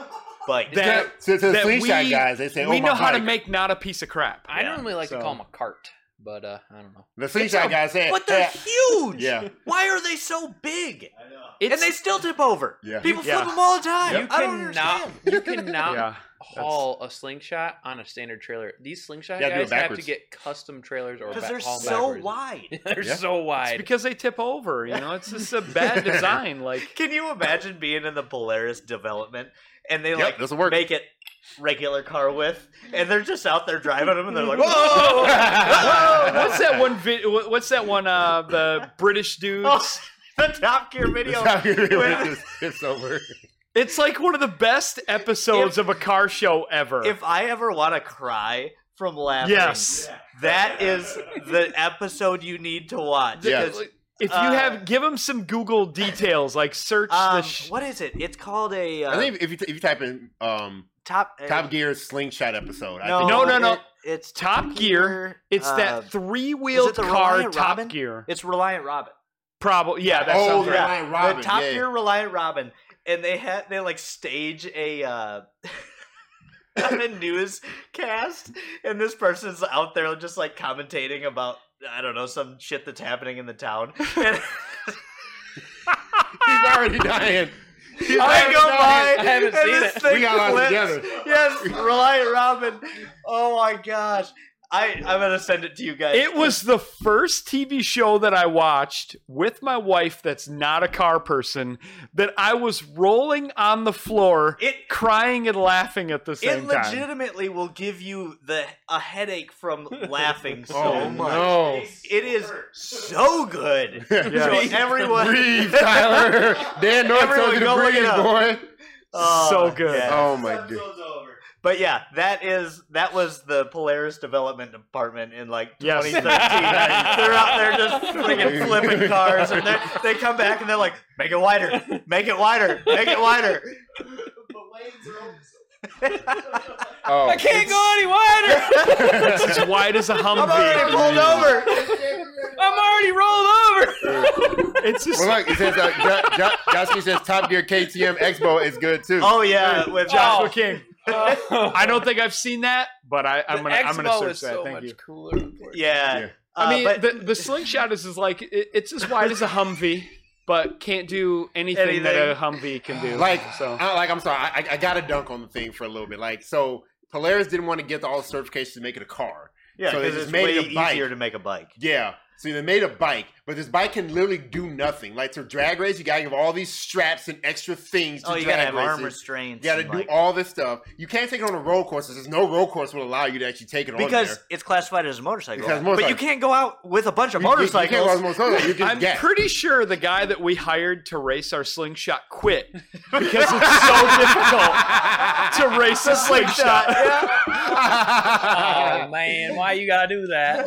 S1: bike.
S5: That-
S2: to, to the
S5: that
S2: slingshot
S5: we-
S2: guys, they say, "Oh
S5: we
S2: my
S5: know how to
S2: bike."
S5: make not a piece of crap
S4: I
S1: Yeah,
S4: normally like
S2: so-
S4: to call them a cart, but uh, I don't know.
S2: The slingshot guys said,
S1: but they're
S2: "Yeah."
S1: huge.
S2: Yeah.
S1: Why are they so big?
S3: I know.
S1: and they still tip over.
S2: Yeah.
S1: People flip
S5: Yeah.
S1: them all the time.
S4: You
S1: I don't
S4: cannot,
S1: understand.
S4: you cannot
S5: yeah
S4: haul a slingshot on a standard trailer. These slingshot
S2: Yeah, do it
S4: guys have to
S2: backwards.
S4: get custom trailers or
S1: Because
S4: ba-
S1: they're
S4: haul
S1: so
S4: backwards.
S1: wide.
S4: they're
S2: Yeah.
S4: so
S5: it's
S4: wide.
S5: because they tip over you know it's just a bad design like
S1: Can you imagine being in the Polaris development and they
S2: Yep,
S1: like
S2: this'll work.
S1: make it regular car width, and they're just out there driving them, and they're like, "Whoa, whoa!"
S5: what's that one vid- wha- what's that one uh the british dudes
S1: Oh, the Top Gear video.
S2: it's, it's over.
S5: it's like one of the best episodes
S1: If-
S5: of a car show ever
S1: If I ever want to cry from laughing,
S5: yes
S1: that is the episode you need to watch.
S2: Yeah.
S1: Because,
S5: If you
S1: Uh,
S5: have, give them some Google details, like search
S1: um,
S5: the. Sh-
S1: what is it? It's called a uh,
S2: I think if you, if you type in um,
S1: top. uh,
S2: Top Gear slingshot episode, I
S1: No,
S2: think
S5: No, no, no.
S1: it- it's
S5: Top Gear. It's
S1: uh,
S5: that three-wheeled
S1: is it the
S5: car
S1: Reliant
S5: Top
S1: Robin?
S5: Gear.
S1: It's Reliant Robin.
S5: Probably, yeah. That
S2: Oh,
S5: sounds
S2: the
S5: right.
S1: yeah.
S2: Reliant Robin.
S1: the Top
S2: yeah.
S1: Gear Reliant Robin, and they had they like stage a. Uh, a newscast, and this person's out there just like commentating about I don't know some shit that's happening in the town. And
S2: He's already dying. He's
S1: I
S2: already
S1: go
S2: dying.
S1: by.
S4: I haven't
S1: and
S4: seen
S1: this
S4: it.
S1: thing
S2: We got lots
S1: flips.
S2: together.
S1: Yes, Reliant Robin. Oh my gosh, I I'm gonna send it to you guys.
S5: It was the first TV show that I watched with my wife, that's not a car person, that I was rolling on the floor,
S1: it
S5: crying and laughing at the
S1: it
S5: same time.
S1: legitimately will give you the a headache from laughing so
S2: Oh,
S1: much.
S2: no.
S1: It is so good. So
S5: Yeah.
S1: everyone,
S2: breathe, Tyler. Dan North
S1: Everyone
S2: told you to
S1: go look it
S2: breathe,
S1: up.
S2: boy.
S1: Oh,
S5: So good.
S1: yeah.
S2: Oh, my God.
S3: over.
S1: But yeah, that is that was the Polaris development department in like
S5: Yes.
S1: 2013. they're out there just freaking flipping cars, and they're- they come back and they're like, "Make it wider, make it wider, make it wider."
S3: But lanes are open.
S2: Oh.
S4: I can't go any wider.
S5: It's as wide as a
S1: I'm already
S5: Humvee.
S1: pulled over.
S4: I'm already rolled over.
S5: It's just
S2: Well, look, it says, uh, Jo- Jo- Joshua says Top Gear KTM Expo is good, too.
S1: Oh yeah, with
S5: Joshua
S2: Oh.
S1: Joshua.
S5: King. I don't think I've seen that, but I, I'm gonna I'm gonna
S4: Expo
S5: search
S4: is
S5: that.
S4: so
S5: Thank
S4: much
S5: you.
S4: cooler. unfortunately.
S1: Yeah.
S2: Yeah.
S5: I
S1: Uh,
S5: mean,
S1: but-
S5: the, the slingshot is, is like it, it's as wide as a Humvee, but can't do anything, that a Humvee can do.
S2: Like,
S5: so,
S2: I, like I'm sorry, I, I got to dunk on the thing for a little bit. Like, so Polaris didn't want to get all the certifications to make it a car.
S1: yeah,
S2: so they
S1: because
S2: just
S1: it's
S2: made
S1: way
S2: it a bike.
S1: easier to make a bike.
S2: Yeah, so they made a bike, But this bike can literally do nothing. Like to drag race, you gotta give all these straps and extra things to
S1: Oh, you gotta
S2: drag
S1: have arm
S2: races. You
S1: restraints.
S2: gotta
S1: and,
S2: do
S1: like-
S2: all this stuff. You can't take it on a road course. 'cause There's no road course will allow you to actually take it on
S1: because
S2: there.
S1: it's classified as a motorcycle.
S2: Because
S1: But you
S2: motorcycle.
S1: can't go out with a bunch of
S2: You- you- you can't
S1: motorcycles.
S2: ride a motorcycle, You can
S5: I'm
S2: get.
S5: pretty sure the guy that we hired to race our slingshot quit because it's so difficult to race a slingshot.
S4: Oh man, why you gotta do that?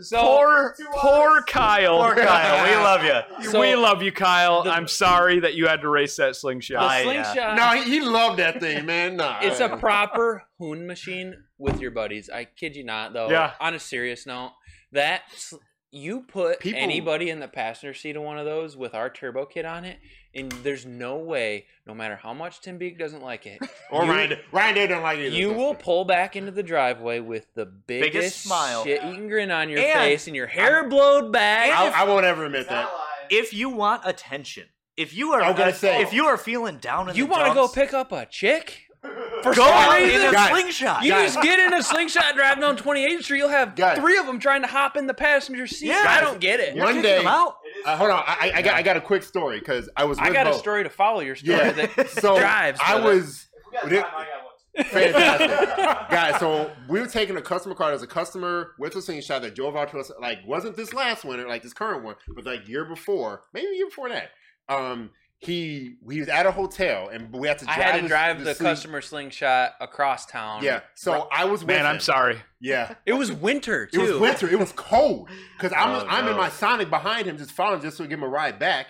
S4: So,
S5: Poor, poor Kyle.
S1: Poor Kyle, we love you.
S4: So-
S5: we love you, Kyle. I'm sorry that you had to race that slingshot.
S1: I,
S4: the
S1: uh,
S4: slingshot.
S2: no, he, he loved that thing, man. Nah,
S4: It's a
S2: man.
S4: proper hoon machine with your buddies. I kid you not, though.
S5: Yeah.
S4: On a serious note, that s- you put
S2: People-
S4: anybody in the passenger seat of one of those with our turbo kit on it, and there's no way, no matter how much Tim Beek doesn't like it,
S2: Or
S4: you,
S2: Ryan, Ryan Day don't like it either.
S4: you
S2: so-
S4: will pull back into the driveway with the biggest,
S1: smile.
S4: shit-eating grin on your
S1: And-
S4: face and your hair blowed back.
S2: I, I won't ever admit that.
S1: If you want attention, if you are
S2: I'm gonna say-
S1: if you are feeling down in
S4: you
S1: want
S4: want to go pick up a chick?
S1: for go
S2: some
S1: out in
S2: reason-
S1: a
S2: Guys,
S1: slingshot.
S4: You
S2: Guys.
S4: just get in a slingshot and drive down 28th Street. You'll have
S2: Guys.
S4: three of them trying to hop in the passenger seat.
S1: Yeah.
S4: I don't get it.
S1: You're
S2: One
S1: kicking
S2: day-
S1: them out.
S2: Uh, hold on, I, I, I got I got a quick story because I was. With
S4: I got
S2: Bo.
S4: a story to follow your story
S2: Yeah,
S4: that
S2: so
S4: drives.
S2: I
S4: to
S2: was
S3: If we got time, I got one.
S2: fantastic, guys. So we were taking a customer car. There's a customer with a singing shot that drove out to us. Like wasn't this last winter, like this current one, but like year before, maybe year before that. Um, he he was at a hotel and we had to.
S4: the- I
S2: Drive
S4: had to
S2: this-
S4: drive the
S2: this thing-
S4: customer slingshot across town.
S2: Yeah, so I was with
S5: Man,
S2: him.
S5: I'm sorry.
S2: Yeah,
S4: It was winter
S2: it
S4: too.
S2: was winter. It was cold because I'm
S1: Oh,
S2: I'm
S1: no.
S2: in my Sonic behind him, just following, just to give him a ride back.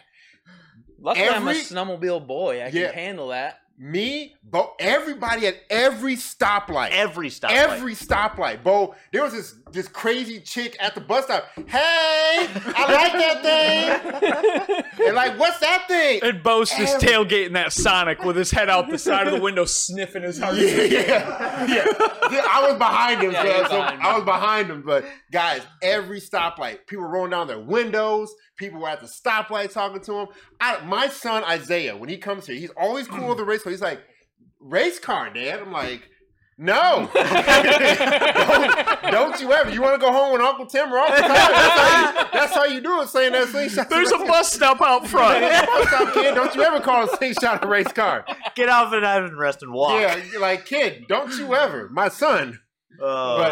S4: Luckily, I'm a
S2: Every-
S4: snowmobile boy. I
S2: Yeah.
S4: can handle that.
S2: Me, but everybody at every stoplight.
S1: Every stop.
S2: every stoplight, Bo. There was this this crazy chick at the bus stop. Hey, I like that thing. and like, what's that thing?
S5: And Bo's just tailgating that Sonic with his head out the side of the window, sniffing his
S2: Yeah,
S5: heart.
S2: yeah, yeah. Yeah, I was behind him,
S4: Yeah,
S2: so-
S4: you're
S2: so
S4: behind me.
S2: I was behind him. But guys, every stoplight, people were rolling down their windows. People were at the stoplight talking to him. I, my son Isaiah, when he comes here, he's always cool with the race car. He's like, race car, Dad. I'm like. No, don't, don't you ever. You want to go home with Uncle Tim or Uncle Tyler? That's how you, that's how you do it. Saying that thing.
S5: There's a bus stop out front.
S2: stop, kid. Don't you ever call a six shot a race car.
S1: Get off and have and rest and walk.
S2: Yeah, you're like kid, don't you ever. My son. But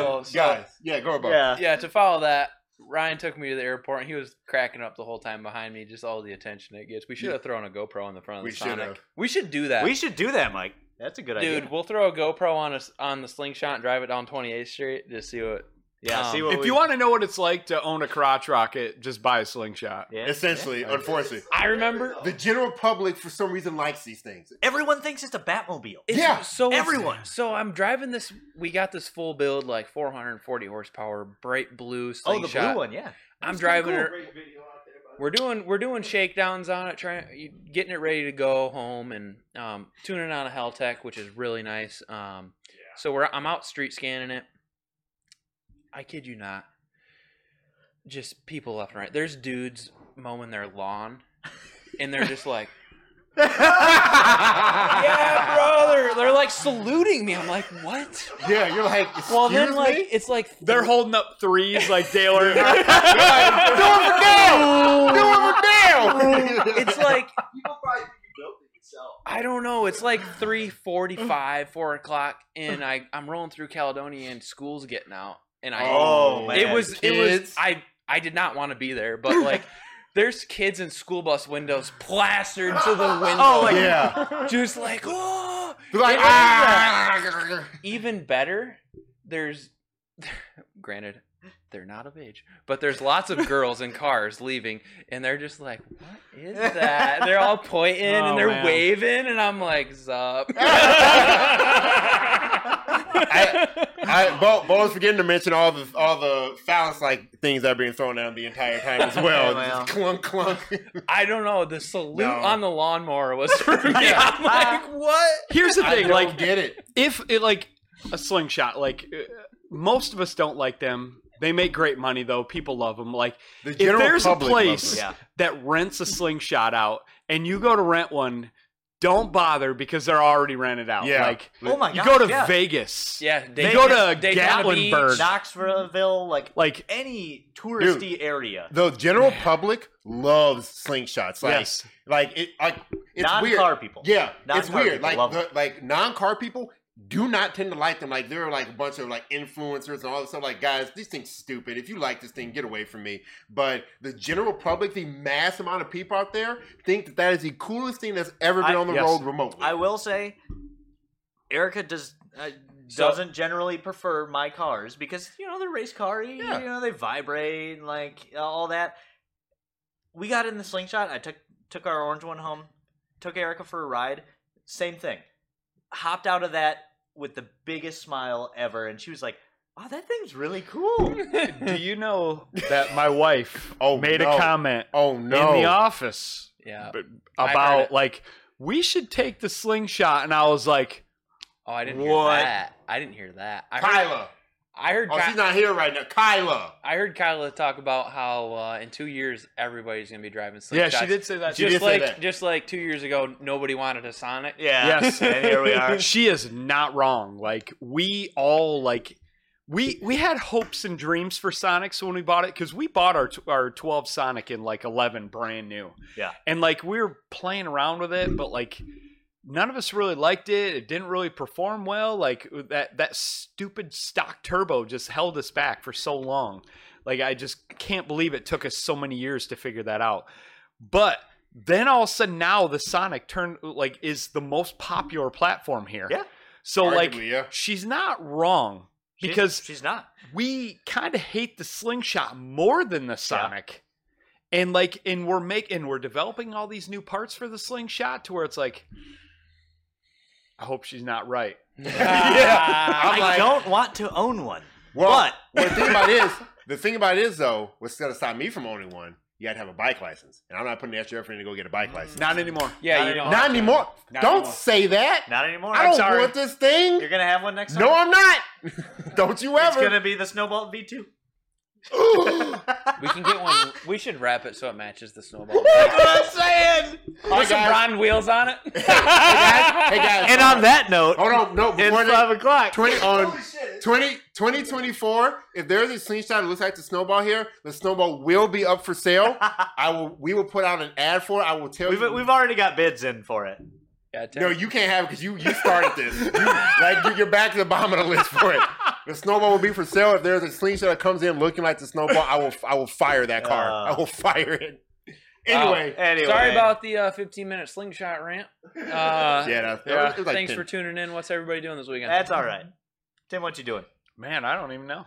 S1: Oh,
S4: so-
S2: guys, yeah, go about.
S1: yeah.
S4: Yeah, to follow that, Ryan took me to the airport and he was cracking up the whole time behind me, just all the attention it gets. We should have thrown a GoPro in the front of
S2: We
S4: the
S2: should
S4: Sonic.
S2: have.
S4: We should do that.
S1: We should do that, Mike. That's a good
S4: Dude,
S1: idea.
S4: we'll throw a GoPro on us on the slingshot and drive it down 28th Street. Just see what.
S1: Yeah.
S4: um,
S1: see what
S5: If
S1: we,
S5: you want to know what it's like to own a crotch rocket, just buy a slingshot.
S1: Yeah.
S2: Essentially,
S1: Yeah.
S2: unfortunately,
S4: I remember.
S2: the general public for some reason likes these things.
S1: Everyone thinks it's a Batmobile.
S4: It's-
S2: Yeah,
S4: So it's-
S1: everyone.
S4: So I'm driving this. We got this full build, like 440 horsepower, bright blue
S1: Oh,
S4: slingshot.
S1: the blue one, yeah.
S4: I'm driving her.
S3: Great video out there, by the way.
S4: We're doing we're doing shakedowns on it, trying getting it ready to go home and um, tuning on a Helltech, which is really nice. Um, So we're I'm out street scanning it. I kid you not. Just people left and right. There's dudes mowing their lawn, and they're just like, "Yeah, brother!" They're like saluting me. I'm like, "What?"
S2: Yeah, you're like, excuse
S4: Well, then like
S2: me.
S4: it's like
S5: They're holding up threes like Taylor.
S2: You're like, do it for Dale. Do it for Dale.
S4: it's like
S3: People probably think you built it yourself.
S4: I don't know. It's like three forty-five, four o'clock, and I I'm rolling through Caledonia, and school's getting out, and I
S1: Oh, man.
S4: it was it was
S2: Kids.
S4: I I did not want to be there, but like there's kids in school bus windows plastered to the window,
S1: Oh, like-
S2: yeah.
S4: just like oh.
S2: They're like,
S4: It was
S2: ah.
S4: Even better, there's granted they're not of age, but there's lots of girls in cars leaving, and they're just like, what is that? They're all pointing
S5: Oh,
S4: and they're
S5: man.
S4: waving, and I'm like, zup.
S2: I- I Bo, Bo was forgetting to mention all the all the phallus like things that are being thrown down the entire time as well.
S1: Well.
S2: Just clunk clunk.
S4: I don't know. The salute
S2: No.
S4: on the lawnmower was for me. I'm like, what?
S5: Here's the
S2: I
S5: thing,
S2: don't
S5: like
S2: get it.
S5: if it like a slingshot like uh, most of us don't like them they make great money though people love them like
S2: The
S5: if there's a
S2: public loves
S5: place
S2: it.
S1: Yeah.
S5: that rents a slingshot out and you go to rent one don't bother because they're already rented out.
S2: Yeah.
S5: Like
S1: Oh my
S5: you
S1: god.
S5: go to
S1: yeah.
S5: Vegas.
S4: Yeah,
S5: They go to
S4: Daytona Beach.
S5: Gatlinburg.
S1: Knoxville, like
S5: Like
S1: any touristy area.
S2: The general public loves slingshots. Like,
S5: yes.
S2: like it, like it's weird.
S1: Non-car people.
S2: Yeah, it's
S1: Non-car
S2: weird.
S1: people
S2: Like
S1: love
S2: the, like non-car people do not tend to like them. Like there are like a bunch of like influencers and all this stuff. Like guys, this thing's stupid. If you like this thing, get away from me. But the general public, the mass amount of people out there, think that that is the coolest thing that's ever been
S1: I-
S2: on the
S5: yes.
S2: road remotely.
S1: I will say, Erica does uh,
S4: So-
S1: doesn't generally prefer my cars because you know they're race car you
S2: Yeah.
S1: know they vibrate and like all that. We got in the slingshot. I took took our orange one home. Took Erica for a ride. Same thing. Hopped out of that with the biggest smile ever, and she was like, "Wow, that thing's really cool."
S5: Do you know that my wife
S2: Oh,
S5: made
S2: no.
S5: a comment
S2: oh no!
S5: in the office
S4: Yeah.
S5: b-
S4: I heard
S5: about
S4: it.
S5: like we should take the slingshot, and I was like,
S4: Oh, I didn't
S5: What?
S4: hear that. I didn't hear that. I heard.
S2: Kyla.
S4: I heard.
S2: Oh,
S4: Ky-
S2: she's not here right now. Kyla.
S4: I heard Kyla talk about how uh, in two years everybody's gonna be driving
S5: "Yeah,
S4: slingshots.
S5: she did say that."
S2: She
S4: just
S2: did say
S4: like
S2: that.
S4: just like two years ago, nobody wanted a Sonic.
S1: Yeah.
S5: Yes,
S1: and here we are.
S5: She is not wrong. Like we all like we we had hopes and dreams for Sonic so when we bought it because we bought our tw- our 12 Sonic in like 11 brand new.
S1: Yeah.
S5: and like we were playing around with it, but like none of us really liked it. It didn't really perform well. Like that that stupid stock turbo just held us back for so long. Like I just can't believe it took us so many years to figure that out. But then all of a sudden now the Sonic turn like is the most popular platform here.
S1: Yeah.
S5: So
S2: Arguably,
S5: like
S2: yeah.
S5: she's not wrong
S1: She's-
S5: because
S1: she's not.
S5: we kind of hate the slingshot more than the Sonic. And like and we're making we're developing all these new parts for the slingshot to where it's like I hope she's not right.
S2: Yeah.
S1: i
S2: I'm like-
S1: don't want to own one.
S2: Well,
S1: But-
S2: well, the thing about it is, the thing about it is though, what's gonna stop me from owning one? You got to have a bike license, and I'm not putting the extra effort in to go get a
S1: Mm.
S2: bike license.
S5: Not anymore.
S4: Yeah,
S1: Not
S4: you don't.
S2: Not anymore.
S5: Not
S2: don't
S5: anymore.
S2: say that.
S1: Not anymore.
S2: I don't
S5: sorry.
S2: want this thing.
S1: You're gonna have one next.
S2: No,
S1: summer?
S2: I'm not. don't you
S1: It's
S2: ever.
S1: gonna be the Snowball V2.
S4: We can get one. We should wrap it so it matches the snowball.
S1: I'm saying.
S2: Hey,
S4: Put some
S2: guys.
S4: bronze wheels on it.
S2: guys. Hey, guys.
S1: And on that note,
S2: Hold on. No,
S1: it's
S2: before
S1: five
S2: that,
S1: o'clock.
S2: 20 on
S3: Holy shit.
S2: 20, 2024, if there's a slingshot that looks like the snowball here, the snowball will be up for sale. I will. We will put out an ad for it. I will tell
S1: We've,
S2: you.
S1: we've already got bids in for it.
S4: Yeah, tell
S2: no,
S4: me.
S2: you can't have it because you you started this. You, like you- you're back to the bottom of the list for it. The snowball will be for sale if there's a slingshot that comes in looking like the snowball. I will I will fire that car.
S1: Uh.
S2: I will fire it. Anyway,
S1: Anyway,
S4: Sorry about the uh, 15 minute slingshot rant. Uh,
S2: yeah, that, that
S5: Yeah.
S2: was- it was like
S4: thanks
S2: 10.
S4: for tuning in. What's everybody doing this weekend?
S1: That's all right. Tim, what you doing?
S5: Man, I don't even know.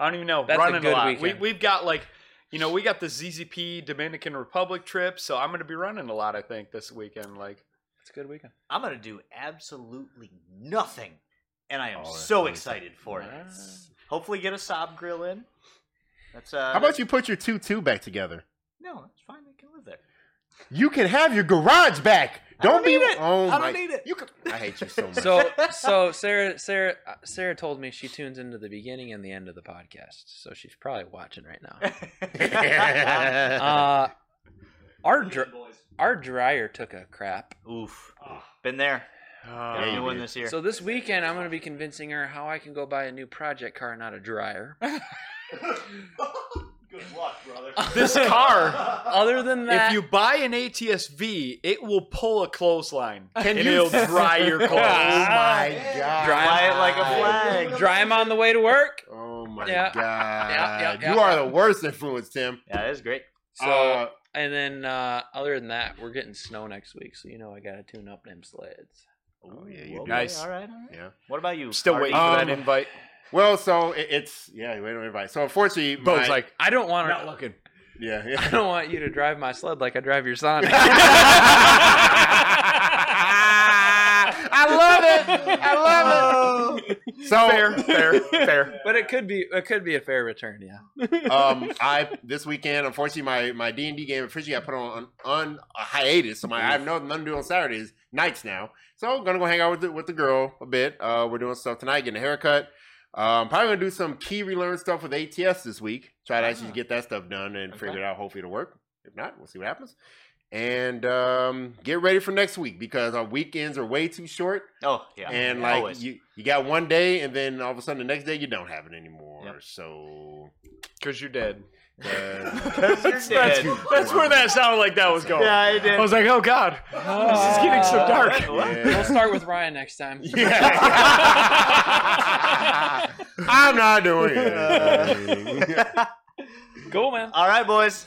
S5: I don't even know.
S4: That's a
S5: running a,
S4: good
S5: lot. We,
S4: weekend.
S5: we've got like, you know, we got the ZZP Dominican Republic trip, so I'm going to be running a lot. I think this weekend. Like,
S4: It's a good weekend.
S1: I'm gonna do absolutely nothing, and I am
S2: Oh, that's
S1: so
S2: nice.
S1: excited for it.
S4: Nice.
S1: Hopefully, get a sob grill in. That's uh.
S2: How about you put your two two back together?
S1: No, that's fine. I can live there.
S2: You can have your garage back.
S1: I don't
S2: Don't, be.
S1: need it.
S2: Oh
S1: I don't
S2: my-
S1: need it.
S2: You can, I hate you so much.
S4: So, so Sarah, Sarah, uh, Sarah told me she tunes into the beginning and the end of the podcast, so she's probably watching right now.
S2: Oh
S4: Uh, our dr-
S3: Boys.
S4: our dryer took a crap,
S1: Oof.
S3: Ah.
S1: Been there. Got a
S2: Oh,
S5: uh,
S2: Yeah,
S1: new
S2: you
S1: one
S2: did.
S1: this year.
S4: so this weekend I'm going to be convincing her how I can go buy a new project car, not a dryer.
S3: Good luck, brother.
S5: This car,
S4: Other than that,
S5: if you buy an ATSV, it will pull a clothesline.
S2: Can
S5: and
S2: you-
S5: It'll dry your
S2: oh
S5: clothes.
S2: my god!
S4: Dry
S1: Fly it like a flag.
S4: dry them on the way to work.
S2: Oh my
S4: Yeah.
S2: god!
S4: Yeah, yeah, yeah.
S2: You are the worst influence, Tim.
S1: Yeah, that is great.
S4: So,
S2: Uh,
S4: and then uh, other than that, we're getting snow next week, so you know I got to tune up them sleds.
S2: Oh,
S1: Ooh,
S2: yeah, you
S1: okay,
S2: do.
S5: Nice.
S1: All right, all right.
S2: Yeah.
S1: What about you?
S5: Still
S1: Harvey?
S5: waiting for that
S2: Um,
S5: invite.
S2: well, so it, it's yeah. Wait, wait, wait. So unfortunately,
S5: Bo's
S2: my-
S5: like,
S4: I don't want
S5: not
S4: to.
S5: looking.
S2: yeah,
S4: I
S2: yeah.
S4: don't want you to drive my sled like I drive your Sonic.
S2: I love it. I
S5: Oh.
S2: love it. So
S5: Fair, fair, fair.
S4: but it could be it could be a fair return, yeah.
S2: um, I this weekend, unfortunately, my my D and D game officially got put on on a hiatus. So my I have no nothing to do on Saturdays nights now. So I'm gonna go hang out with the, with the girl a bit. Uh, we're doing stuff tonight, getting a haircut. Um, probably gonna do some key relearn stuff with ATS this week. Try to actually
S1: Ah.
S2: get that stuff done and
S1: Okay.
S2: figure it out. Hopefully, it'll work. If not, we'll see what happens. And um, get ready for next week because our weekends are way too short.
S1: Oh yeah,
S2: and like
S1: always.
S2: you, you got one day, and then all of a sudden the next day you don't have it anymore.
S1: Yep.
S2: So
S5: Because you're dead.
S2: uh,
S5: That's, that's,
S1: dead.
S5: that's where that sounded like that was going.
S1: I did.
S5: I was like, oh god, this is getting so dark.
S4: We'll
S2: yeah.
S4: start with Ryan next time.
S2: Yeah. I'm not doing it.
S4: Cool, man.
S1: All right, boys.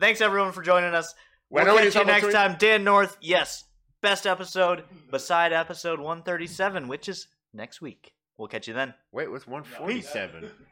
S1: Thanks everyone for joining us.
S2: Why
S1: We'll
S2: don't we
S1: catch
S2: do
S1: you next
S2: something?
S1: time. Dan North. Yes, best episode beside episode 137, which is next week. We'll catch you then.
S2: Wait, what's 147?